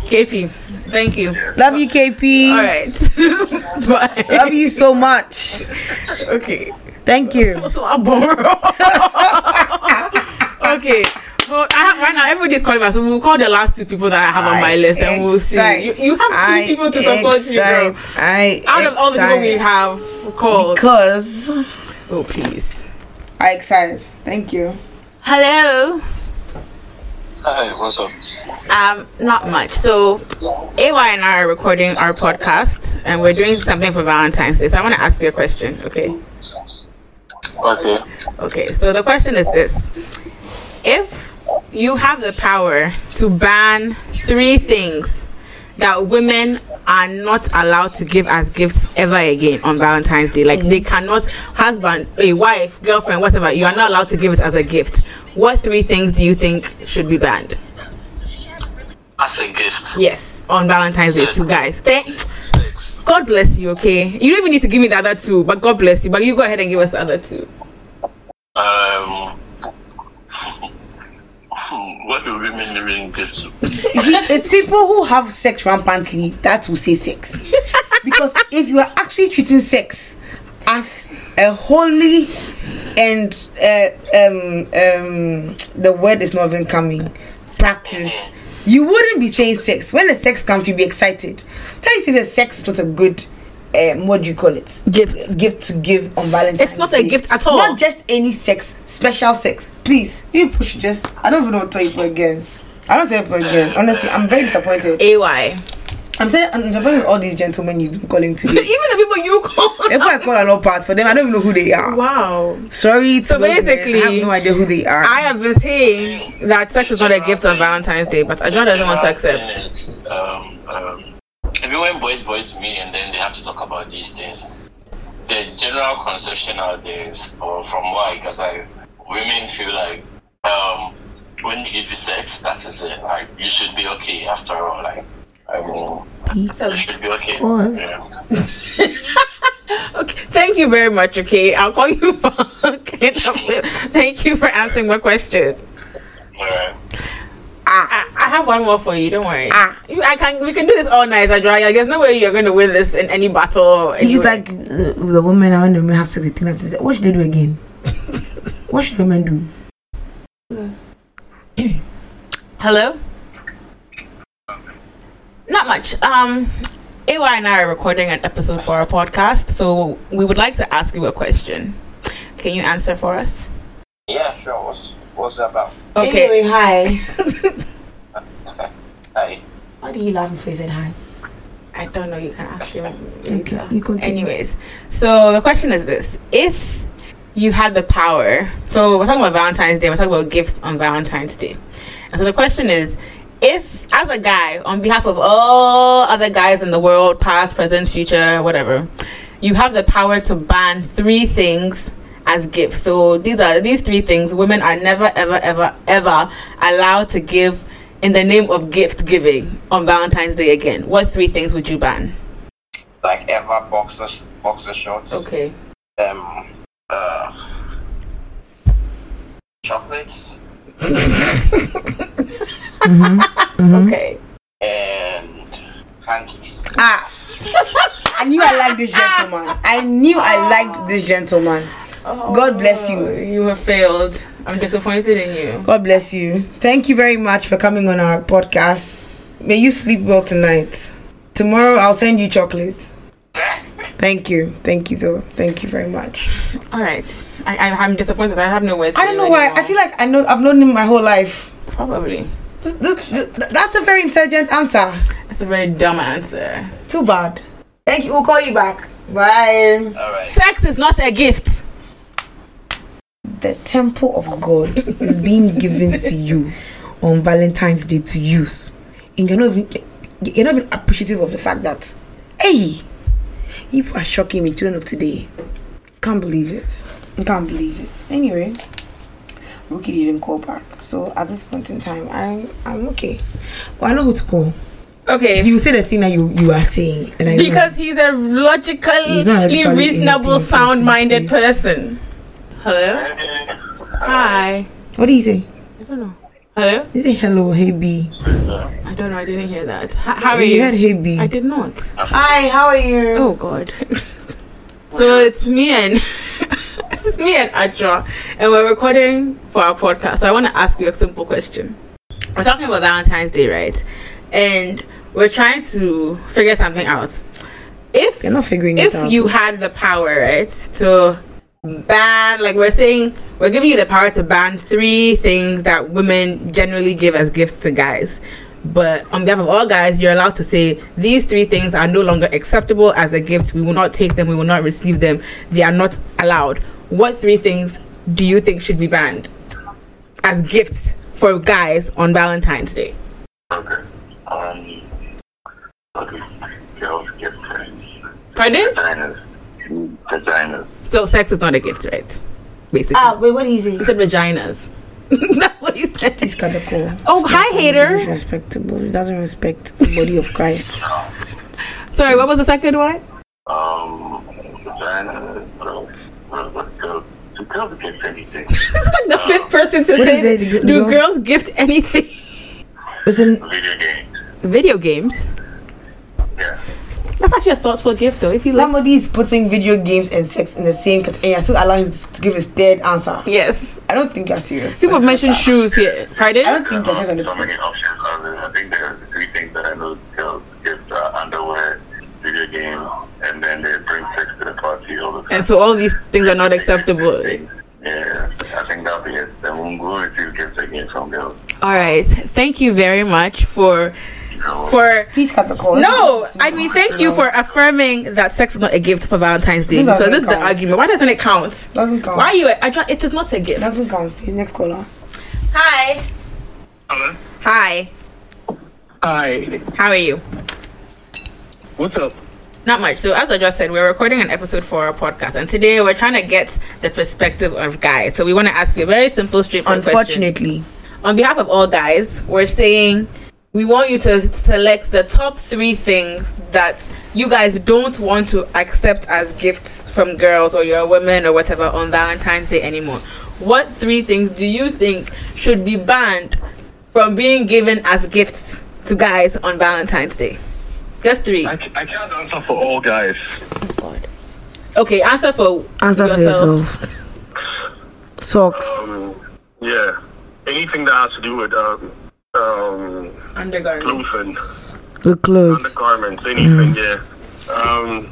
[SPEAKER 1] KP, thank you.
[SPEAKER 2] love you, KP.
[SPEAKER 1] All right. Bye.
[SPEAKER 2] Love you so much.
[SPEAKER 1] Okay.
[SPEAKER 2] Thank you.
[SPEAKER 1] So I borrow. okay. Well, I have, right now everybody's calling us. So we'll call the last two people that I have on my list, and we'll see. You, you have two
[SPEAKER 2] I
[SPEAKER 1] people to support you, girl.
[SPEAKER 2] excite. I
[SPEAKER 1] Out of all the people we
[SPEAKER 2] excite.
[SPEAKER 1] have called,
[SPEAKER 2] Because
[SPEAKER 1] oh please.
[SPEAKER 2] I excite. Thank you.
[SPEAKER 1] Hello.
[SPEAKER 3] Hi, what's up?
[SPEAKER 1] Um, not much. So, AY and I are recording our podcast, and we're doing something for Valentine's Day. So, I want to ask you a question, okay?
[SPEAKER 3] Okay.
[SPEAKER 1] Okay, so the question is this If you have the power to ban three things that women are not allowed to give as gifts ever again on Valentine's Day, like they cannot, husband, a wife, girlfriend, whatever, you are not allowed to give it as a gift, what three things do you think should be banned?
[SPEAKER 5] As a gift.
[SPEAKER 1] Yes, on Valentine's Day, too, guys. Thank-
[SPEAKER 5] Six.
[SPEAKER 1] God bless you, okay? You don't even need to give me the other two, but God bless you. But you go ahead and give us the other two.
[SPEAKER 5] Um. hmm, What do women even give to?
[SPEAKER 2] It's people who have sex rampantly that will say sex. because if you are actually treating sex as a holy and uh, um um the word is not even coming practice, you wouldn't be saying sex. When the sex comes, you'll be excited. Tell you say that sex is not a good um, what do you call it?
[SPEAKER 1] Gift.
[SPEAKER 2] Gift to give on Valentine's.
[SPEAKER 1] It's not a
[SPEAKER 2] Day.
[SPEAKER 1] gift at all.
[SPEAKER 2] Not just any sex, special sex. Please, you people should just. I don't even know what to tell you people again. I don't say people again. Honestly, I'm very disappointed.
[SPEAKER 1] AY.
[SPEAKER 2] I'm saying I'm disappointed with all these gentlemen you've been calling
[SPEAKER 1] even
[SPEAKER 2] today.
[SPEAKER 1] the people you
[SPEAKER 2] If
[SPEAKER 1] call.
[SPEAKER 2] I call an all part for them, I don't even know who they are.
[SPEAKER 1] Wow.
[SPEAKER 2] Sorry. To
[SPEAKER 1] So
[SPEAKER 2] those men,
[SPEAKER 1] basically,
[SPEAKER 2] I have no idea who they are.
[SPEAKER 1] I have been saying that sex is not a gift on Valentine's Day, but Ajahn doesn't want to accept.
[SPEAKER 5] Um, um, even when boys boys meet and then they have to talk about these things, the general conception out there is, or from why, because I women feel like um, when they give you sex, that is it. Like you should be okay after all. Like I mean,
[SPEAKER 1] So,
[SPEAKER 5] you should be okay.
[SPEAKER 2] course.
[SPEAKER 5] Yeah.
[SPEAKER 1] okay, thank you very much. Okay, I'll call you back. thank you for answering my question.
[SPEAKER 5] All right.
[SPEAKER 1] I, I have one more for you. Don't worry. Ah, you, I can. We can do this all night, Ajahn. Like, there's no way you're going to win this in any battle. or
[SPEAKER 2] He's
[SPEAKER 1] anywhere.
[SPEAKER 2] like uh, the women. I when the women have sex, they think that what should they do again? what should women do?
[SPEAKER 1] Hello? Not much. Um, AY and I are recording an episode for our podcast, so we would like to ask you a question. Can you answer for us?
[SPEAKER 3] Yeah, sure. What's what's that about?
[SPEAKER 1] Okay.
[SPEAKER 2] Anyway, hi.
[SPEAKER 3] Hey.
[SPEAKER 2] Why do you laugh before you said hi?
[SPEAKER 1] I don't know. You can ask him later.
[SPEAKER 2] you continue.
[SPEAKER 1] Anyways, so the question is this: If you had the power, so we're talking about Valentine's Day. We're talking about gifts on Valentine's Day, and so the question is: If, as a guy, on behalf of all other guys in the world, past, present, future, whatever, you have the power to ban three things as gifts. So these are these three things women are never, ever, ever, ever allowed to give. In the name of gift giving on Valentine's Day again, what three things would you ban?
[SPEAKER 3] Like ever boxer boxer shorts.
[SPEAKER 1] Okay.
[SPEAKER 3] Um. Uh. Chocolates.
[SPEAKER 7] Okay.
[SPEAKER 5] and hankies.
[SPEAKER 2] Ah. I knew I liked this gentleman. I knew I liked this gentleman. God bless you.
[SPEAKER 1] You have failed. I'm disappointed in you.
[SPEAKER 2] God bless you. Thank you very much for coming on our podcast. May you sleep well tonight. Tomorrow I'll send you chocolates. Thank you. Thank you though. Thank you very much.
[SPEAKER 1] All right. I, I, I'm disappointed. I have no words.
[SPEAKER 2] I don't know why. I feel like I know I've known him my whole life.
[SPEAKER 1] like probably
[SPEAKER 2] This, this, this, that's a very intelligent answer.
[SPEAKER 1] it's a very dumb answer.
[SPEAKER 2] Too bad. Thank you. We'll call you back. Bye.
[SPEAKER 5] All right.
[SPEAKER 1] Sex is not a gift.
[SPEAKER 2] The temple of God is being given to you on Valentine's Day to use, and you're not even you're not even appreciative of the fact that, hey, you people are shocking me children of today. Can't believe it. I Can't believe it. Anyway, Rookie didn't call back, so at this point in time, I'm I'm okay. Well, I know who to call.
[SPEAKER 1] Okay.
[SPEAKER 2] You say the thing that you you are saying, and I know-
[SPEAKER 1] because he's a logically,
[SPEAKER 2] He's not logically
[SPEAKER 1] reasonable,
[SPEAKER 2] anything,
[SPEAKER 1] sound-minded
[SPEAKER 2] he's not
[SPEAKER 1] person. Hello. Hi.
[SPEAKER 2] what do you say?
[SPEAKER 1] I don't know. Hello.
[SPEAKER 2] You say hello, hey B.
[SPEAKER 1] I don't know. I didn't hear that. H- how are
[SPEAKER 2] you
[SPEAKER 1] you?
[SPEAKER 2] heard hey B.
[SPEAKER 1] I did not.
[SPEAKER 2] Hi, how are you?
[SPEAKER 1] Oh God. so it's me and it's me and Adra, and we're recording for our podcast. So I want to ask you a simple question. We're talking about Valentine's Day, right? And we're trying to figure something out. If
[SPEAKER 2] You're not figuring
[SPEAKER 1] if
[SPEAKER 2] it out.
[SPEAKER 1] you had the power, right, to ban, like we're saying, we're giving you the power to ban three things that women generally give as gifts to guys. But on behalf of all guys, you're allowed to say these three things are no longer acceptable as a gift. We will not take them. We will not receive them. They are not allowed. What three things do you think should be banned as gifts for guys on Valentine's Day?
[SPEAKER 5] Okay. Um. Okay. Girls get friends.
[SPEAKER 1] Pardon?
[SPEAKER 5] Vaginas. Vaginas.
[SPEAKER 1] So sex is not a gift, right? Basically,
[SPEAKER 2] Ah, wait, what is it?
[SPEAKER 1] he said vaginas. That's what he said.
[SPEAKER 2] He's got the call.
[SPEAKER 1] Oh, hi,
[SPEAKER 2] He's
[SPEAKER 1] hater.
[SPEAKER 2] respectable. He doesn't respect the body of Christ.
[SPEAKER 1] Sorry, what was the second one?
[SPEAKER 5] Um. Vaginas. Girls. Girls. girls- Girls. Do girls get anything?
[SPEAKER 1] This is like the fifth person to
[SPEAKER 2] What
[SPEAKER 1] say,
[SPEAKER 2] is it?
[SPEAKER 1] do
[SPEAKER 2] Girl-
[SPEAKER 1] girls gift anything?
[SPEAKER 2] Listen,
[SPEAKER 5] Video games.
[SPEAKER 1] Video games?
[SPEAKER 5] Yeah.
[SPEAKER 1] That's actually a thoughtful gift, though. If you like.
[SPEAKER 2] somebody is putting video games and sex in the same category. and I still allow him to give his third answer.
[SPEAKER 1] Yes.
[SPEAKER 2] I don't think you're serious.
[SPEAKER 1] People have mentioned shoes here.
[SPEAKER 2] I
[SPEAKER 1] Pardon?
[SPEAKER 2] don't think you're serious on
[SPEAKER 5] so
[SPEAKER 2] the
[SPEAKER 5] many options. Other, I think there are three things that I know girls get: uh, underwear, video games, and then they bring sex to the party all the time.
[SPEAKER 1] And so all these things are not acceptable.
[SPEAKER 5] Yeah, I think that'll be it. Then we'll go and see if gifts again from girls.
[SPEAKER 1] All right. Thank you very much for.
[SPEAKER 5] You know,
[SPEAKER 1] for
[SPEAKER 2] Please cut the call.
[SPEAKER 1] no,
[SPEAKER 2] This is-
[SPEAKER 1] I mean, thank you for affirming that sex is not a gift for Valentine's Day
[SPEAKER 2] This
[SPEAKER 1] because
[SPEAKER 2] doesn't
[SPEAKER 1] this is the
[SPEAKER 2] count.
[SPEAKER 1] argument. Why doesn't it count?
[SPEAKER 2] Doesn't count.
[SPEAKER 1] Why are you? I try, it is not a gift.
[SPEAKER 2] Doesn't count. Please, next caller.
[SPEAKER 1] Hi.
[SPEAKER 6] Hello.
[SPEAKER 1] Hi.
[SPEAKER 6] Hi.
[SPEAKER 1] How are you?
[SPEAKER 6] What's up?
[SPEAKER 1] Not much. So as I just said, we're recording an episode for our podcast, and today we're trying to get the perspective of guys. So we want to ask you a very simple, straightforward question.
[SPEAKER 2] Unfortunately,
[SPEAKER 1] On behalf of all guys, we're saying we want you to select the top three things that you guys don't want to accept as gifts from girls or your women or whatever on Valentine's Day anymore. What three things do you think should be banned from being given as gifts to guys on Valentine's Day? Just three.
[SPEAKER 6] I, I can't answer for all guys.
[SPEAKER 1] Okay, answer for
[SPEAKER 2] answer for yourself. Socks.
[SPEAKER 8] Yeah. Anything that has to do with um, um,
[SPEAKER 1] Undergarments.
[SPEAKER 8] clothing,
[SPEAKER 2] The clothes.
[SPEAKER 8] undergarments, anything, yeah. Um,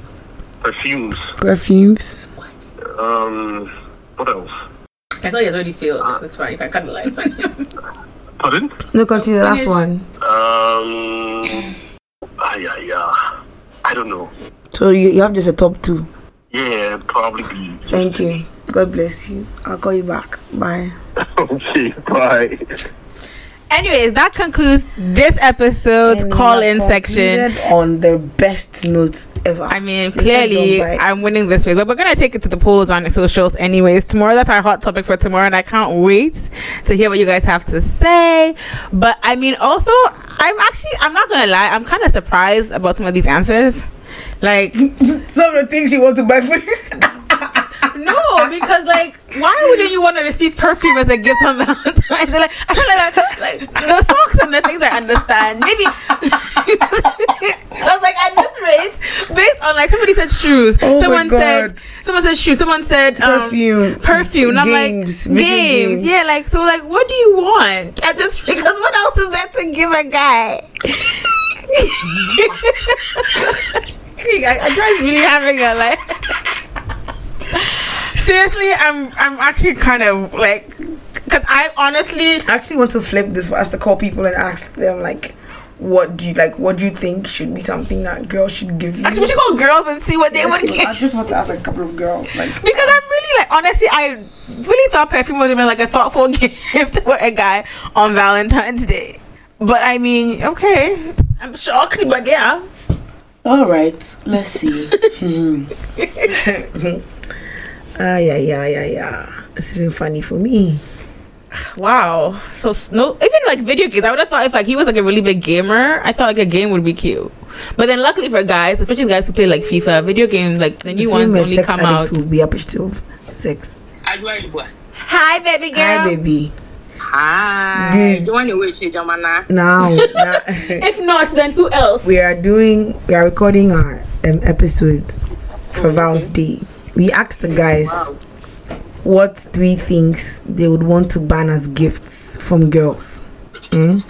[SPEAKER 8] perfumes.
[SPEAKER 2] Perfumes.
[SPEAKER 8] Um, what else?
[SPEAKER 1] I thought you already failed. That's fine. If I cut the line.
[SPEAKER 8] Pardon?
[SPEAKER 2] No, continue. The last
[SPEAKER 1] Okay.
[SPEAKER 2] one.
[SPEAKER 8] Um, ah, yeah, yeah. I don't know.
[SPEAKER 2] So you, you have just a top two.
[SPEAKER 8] Yeah, probably be.
[SPEAKER 2] Thank you. God bless you. I'll call you back. Bye.
[SPEAKER 6] Okay. Bye.
[SPEAKER 1] Anyways, that concludes this episode's
[SPEAKER 2] And
[SPEAKER 1] call in
[SPEAKER 2] we have
[SPEAKER 1] section.
[SPEAKER 2] concluded on the best notes ever.
[SPEAKER 1] I mean,
[SPEAKER 2] It's not
[SPEAKER 1] clearly,
[SPEAKER 2] done by-
[SPEAKER 1] I'm winning this week, but we're gonna take it to the polls on the socials, anyways. Tomorrow, that's our hot topic for tomorrow, and I can't wait to hear what you guys have to say. But I mean, also, I'm actually, I'm not gonna lie, I'm kind of surprised about some of these answers. Like,
[SPEAKER 2] some of the things you want to buy for you.
[SPEAKER 1] no, because like Why wouldn't you want to receive perfume as a gift on Valentine's Day? Like, I feel like, that, like the socks and the things I understand. Maybe I was like at this rate, based on like somebody said shoes,
[SPEAKER 2] Oh my
[SPEAKER 1] someone
[SPEAKER 2] God.
[SPEAKER 1] said someone said shoes, someone said um,
[SPEAKER 2] Perfume.
[SPEAKER 1] perfume. And I'm like
[SPEAKER 2] Games.
[SPEAKER 1] games,
[SPEAKER 2] Video games.
[SPEAKER 1] yeah. Like so, like what do you want at this rate? Because what else is there to give a guy? I, I try really having a like. Seriously, I'm I'm actually kind of like, cause I honestly
[SPEAKER 2] I actually want to flip this for us to call people and ask them like, what do you like? What do you think should be something that girls should give you?
[SPEAKER 1] actually we should call girls and see what they
[SPEAKER 2] Let's
[SPEAKER 1] would
[SPEAKER 2] see, I
[SPEAKER 1] get.
[SPEAKER 2] just want to ask a couple of girls like.
[SPEAKER 1] Because I'm really like honestly, I really thought perfume would have been like a thoughtful gift for a guy on Valentine's Day. But I mean, okay, I'm shocked, but yeah.
[SPEAKER 2] All right, let's see. Ah yeah yeah yeah yeah. It's even funny for me.
[SPEAKER 1] Wow. So s- no, even like video games, I would have thought if like he was like a really big gamer, I thought like a game would be cute. But then luckily for guys, especially guys who play like FIFA, video games like the new ones
[SPEAKER 2] Female
[SPEAKER 1] only
[SPEAKER 2] sex
[SPEAKER 1] come out.
[SPEAKER 2] addicts will be appreciative of sex.
[SPEAKER 1] Hi, baby girl.
[SPEAKER 2] Hi baby.
[SPEAKER 7] Hi. Do you want to wait, Jamana?
[SPEAKER 2] Now, now
[SPEAKER 1] If not, then who else?
[SPEAKER 2] we are doing we are recording our um, episode for Val's Day. We asked the guys what three things they would want to ban as gifts from girls. Mm?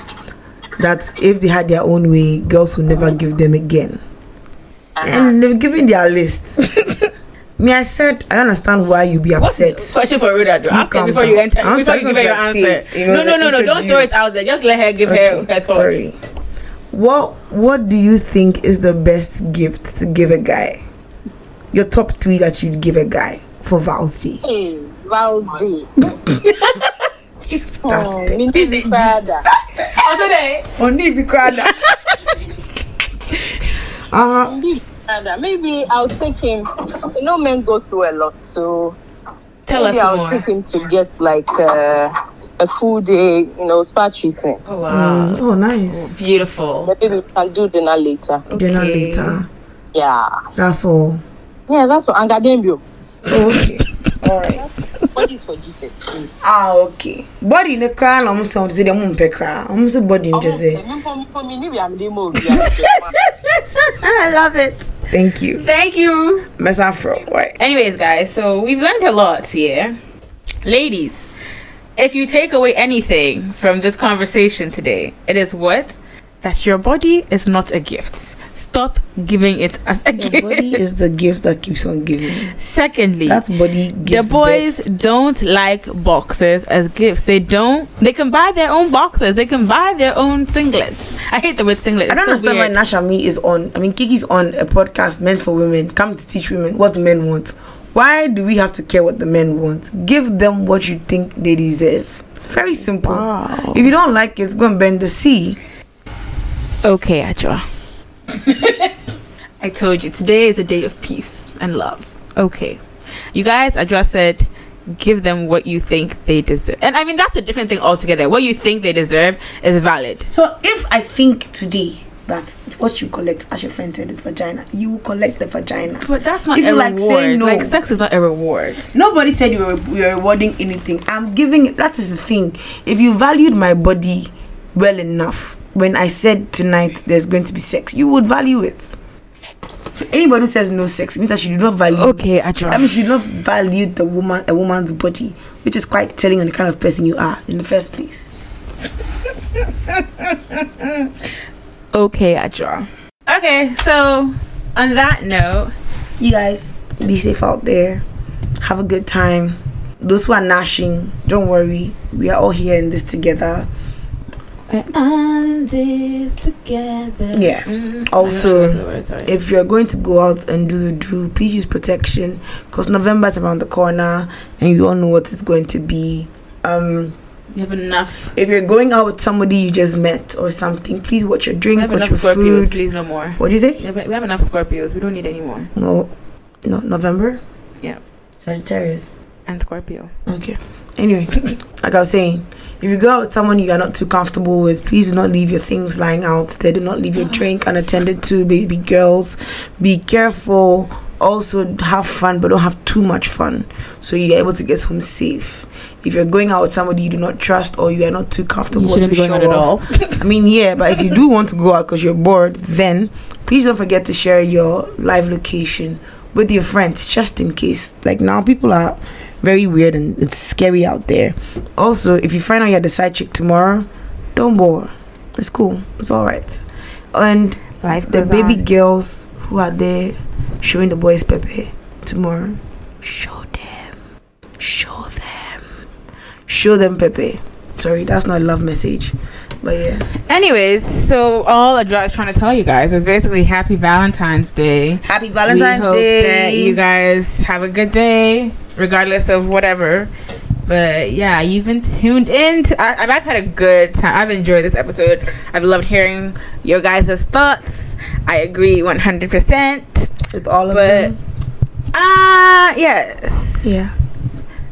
[SPEAKER 2] That if they had their own way, girls would never give them again.
[SPEAKER 1] Uh-huh.
[SPEAKER 2] And they've given their list. Me, I said, I don't understand why you be
[SPEAKER 1] What's the
[SPEAKER 2] upset.
[SPEAKER 1] question for Ruda? though? Ask her
[SPEAKER 2] calm
[SPEAKER 1] before you
[SPEAKER 2] down.
[SPEAKER 1] enter.
[SPEAKER 2] I'm
[SPEAKER 1] Before you
[SPEAKER 2] talking
[SPEAKER 1] give her your
[SPEAKER 2] about
[SPEAKER 1] answer.
[SPEAKER 2] seats, you know,
[SPEAKER 1] no, no, no, no. Don't throw it
[SPEAKER 2] introduce.
[SPEAKER 1] out there. Just let her give her her thoughts.
[SPEAKER 2] sorry. What What do you think is the best gift to give a guy? Your top three that you'd give a guy for Val's Day.
[SPEAKER 7] Hey, Valdi.
[SPEAKER 2] That's the-
[SPEAKER 7] Mindy Prada.
[SPEAKER 1] Also, there.
[SPEAKER 2] Oni Bikrada. uh-huh.
[SPEAKER 7] Mindy Prada. uh, Maybe I'll take him. You know, men go through a lot, so
[SPEAKER 1] Tell us
[SPEAKER 7] maybe I'll
[SPEAKER 1] more.
[SPEAKER 7] take him to get like uh, a full day, you know, spa treatment.
[SPEAKER 1] Oh, wow.
[SPEAKER 2] Oh, nice.
[SPEAKER 1] Beautiful.
[SPEAKER 7] Maybe we can do dinner later.
[SPEAKER 2] Dinner
[SPEAKER 1] Okay.
[SPEAKER 2] later.
[SPEAKER 7] Yeah.
[SPEAKER 2] That's all.
[SPEAKER 7] Yeah, that's what. And Gadembio.
[SPEAKER 2] Okay. all right.
[SPEAKER 7] What is for Jesus, please?
[SPEAKER 2] Ah, okay. Body in the crown, I'm so to say the moon pekra. I'm so body in
[SPEAKER 7] Oh,
[SPEAKER 2] the
[SPEAKER 7] me for me for me, maybe I'm the more. Yes,
[SPEAKER 1] I love it.
[SPEAKER 2] Thank you.
[SPEAKER 1] Thank you.
[SPEAKER 2] Mess afro. Right.
[SPEAKER 1] Anyways, guys, so we've learned a lot here. Ladies, if you take away anything from this conversation today, it is what? That your body is not a gift. Stop giving it as a
[SPEAKER 2] The body
[SPEAKER 1] gift.
[SPEAKER 2] is the gift that keeps on giving.
[SPEAKER 1] Secondly,
[SPEAKER 2] That body
[SPEAKER 1] the
[SPEAKER 2] gives
[SPEAKER 1] boys
[SPEAKER 2] birth.
[SPEAKER 1] don't like boxes as gifts. They don't. They can buy their own boxes. They can buy their own singlets. I hate the word singlet.
[SPEAKER 2] I don't
[SPEAKER 1] It's so
[SPEAKER 2] understand
[SPEAKER 1] weird.
[SPEAKER 2] why Nasha Me is on. I mean, Kiki's on a podcast meant for women, come to teach women what men want. Why do we have to care what the men want? Give them what you think they deserve. It's very simple. If you don't like it, go and bend the sea.
[SPEAKER 1] Okay, Achua. I told you today is a day of peace and love. Okay. You guys, Ajua said, give them what you think they deserve. And I mean, that's a different thing altogether. What you think they deserve is valid.
[SPEAKER 2] So if I think today that what you collect, as your friend said, is vagina, you will collect the vagina.
[SPEAKER 1] But that's not
[SPEAKER 2] If
[SPEAKER 1] a
[SPEAKER 2] you like, say
[SPEAKER 1] reward.
[SPEAKER 2] no.
[SPEAKER 1] Like, sex is not a reward.
[SPEAKER 2] Nobody said you were, you were rewarding anything. I'm giving it. That is the thing. If you valued my body well enough, when I said tonight there's going to be sex, you would value it. So anybody who says no sex means that she did not value.
[SPEAKER 1] Okay, Ajua.
[SPEAKER 2] I mean, she did not value the woman, a woman's body, which is quite telling on the kind of person you are in the first place.
[SPEAKER 1] okay, Ajua. Okay, so on that note,
[SPEAKER 2] You guys, be safe out there. Have a good time. Those who are gnashing, don't worry. We are all here in this together.
[SPEAKER 1] we're all in this together.
[SPEAKER 2] Yeah.
[SPEAKER 1] Mm.
[SPEAKER 2] Also,
[SPEAKER 1] Sorry, sorry, sorry.
[SPEAKER 2] if you're going to go out and do the do, please use protection because November's around the corner and you all know what it's going to be. Um,
[SPEAKER 1] you have enough,
[SPEAKER 2] if you're going out with somebody you just met or something, please watch your
[SPEAKER 1] we
[SPEAKER 2] drink,
[SPEAKER 1] have
[SPEAKER 2] watch
[SPEAKER 1] enough
[SPEAKER 2] your
[SPEAKER 1] Scorpios,
[SPEAKER 2] food.
[SPEAKER 1] please, no more.
[SPEAKER 2] What do you
[SPEAKER 1] We
[SPEAKER 2] say?
[SPEAKER 1] have, we have enough Scorpios. We don't need any more.
[SPEAKER 2] No, no, November.
[SPEAKER 1] Yeah.
[SPEAKER 2] Sagittarius.
[SPEAKER 1] And Scorpio.
[SPEAKER 2] Okay. Anyway, like I was saying, if you go out with someone you are not too comfortable with, please do not leave your things lying out there. Do not leave your drink unattended to, baby girls. Be careful also have fun, but don't have too much fun. So you're able to get home safe. If you're going out with somebody you do not trust or you are not too comfortable,
[SPEAKER 1] You shouldn't
[SPEAKER 2] to
[SPEAKER 1] be going
[SPEAKER 2] show
[SPEAKER 1] out at
[SPEAKER 2] off- I mean, yeah, but if you do want to go out because you're bored, then please don't forget to share your live location with your friends just in case. Like now, people are very weird and it's scary out there. Also, if you find out you're the side chick tomorrow, don't bore. It's cool. It's all right. And
[SPEAKER 1] Life
[SPEAKER 2] the
[SPEAKER 1] goes
[SPEAKER 2] baby
[SPEAKER 1] on.
[SPEAKER 2] girls who are there showing the boys Pepe tomorrow, show them. Show them. Show them Pepe. Sorry, that's not a love message. But yeah.
[SPEAKER 1] Anyways, so all Adra is trying to tell you guys is basically Happy Valentine's Day.
[SPEAKER 2] Happy
[SPEAKER 1] we hope that you guys have a good day, regardless of whatever. But yeah, you've been tuned in. To, I, I've had a good time. I've enjoyed this episode. I've loved hearing your guys' thoughts. I agree 100%.
[SPEAKER 2] with all of
[SPEAKER 1] But,
[SPEAKER 2] them.
[SPEAKER 1] ah, yes.
[SPEAKER 2] Yeah.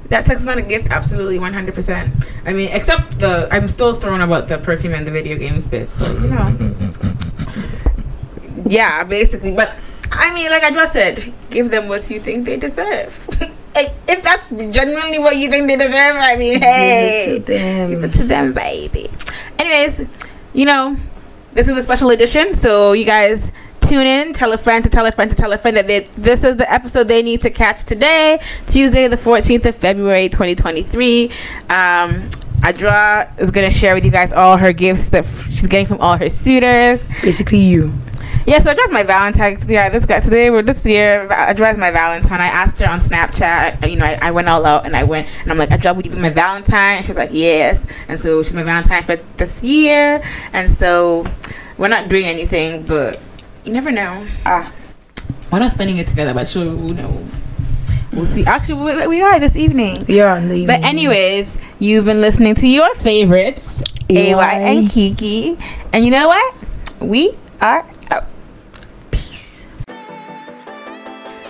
[SPEAKER 1] That sex is not a gift, absolutely 100%. I mean, except the. I'm still thrown about the perfume and the video games bit, but you know. yeah, basically. But, I mean, like I just said, give them what you think they deserve. Like, if that's genuinely what you think they deserve, I mean, hey.
[SPEAKER 2] Give it to them.
[SPEAKER 1] Give it to them, baby. Anyways, you know, this is a special edition, so you guys tune in, tell a friend to tell a friend to tell a friend that they, this is the episode they need to catch today, Tuesday, the 14th of February, 2023. Um, Adra is going to share with you guys all her gifts that f- she's getting from all her suitors.
[SPEAKER 2] Basically, you.
[SPEAKER 1] Yeah, so Adra's my Valentine. Yeah, this guy today, we're this year, Va- Adra's my Valentine. I asked her on Snapchat, you know, I, I went all out and I went, and I'm like, Adra, would you be my Valentine? And she's like, yes. And so she's my Valentine for this year. And so we're not doing anything, but you never know. Ah, we're not spending it together, but sure, we'll know. We'll see. Actually, we, we are this evening.
[SPEAKER 2] Yeah. And the
[SPEAKER 1] But anyways, you've been listening to your favorites,
[SPEAKER 2] AY.
[SPEAKER 1] AY and Kiki. And you know what? We are out. Peace.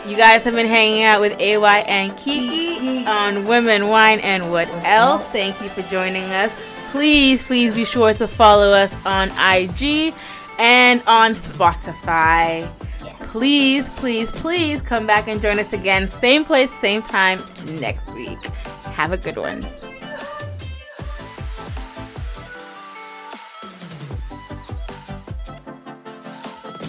[SPEAKER 1] You guys have been hanging out with AY and Kiki on Women, Wine, and What Else. Thank you for joining us. Please, please be sure to follow us on IG and on Spotify. Please, please, please come back and join us again. Same place, same time next week. Have a good one.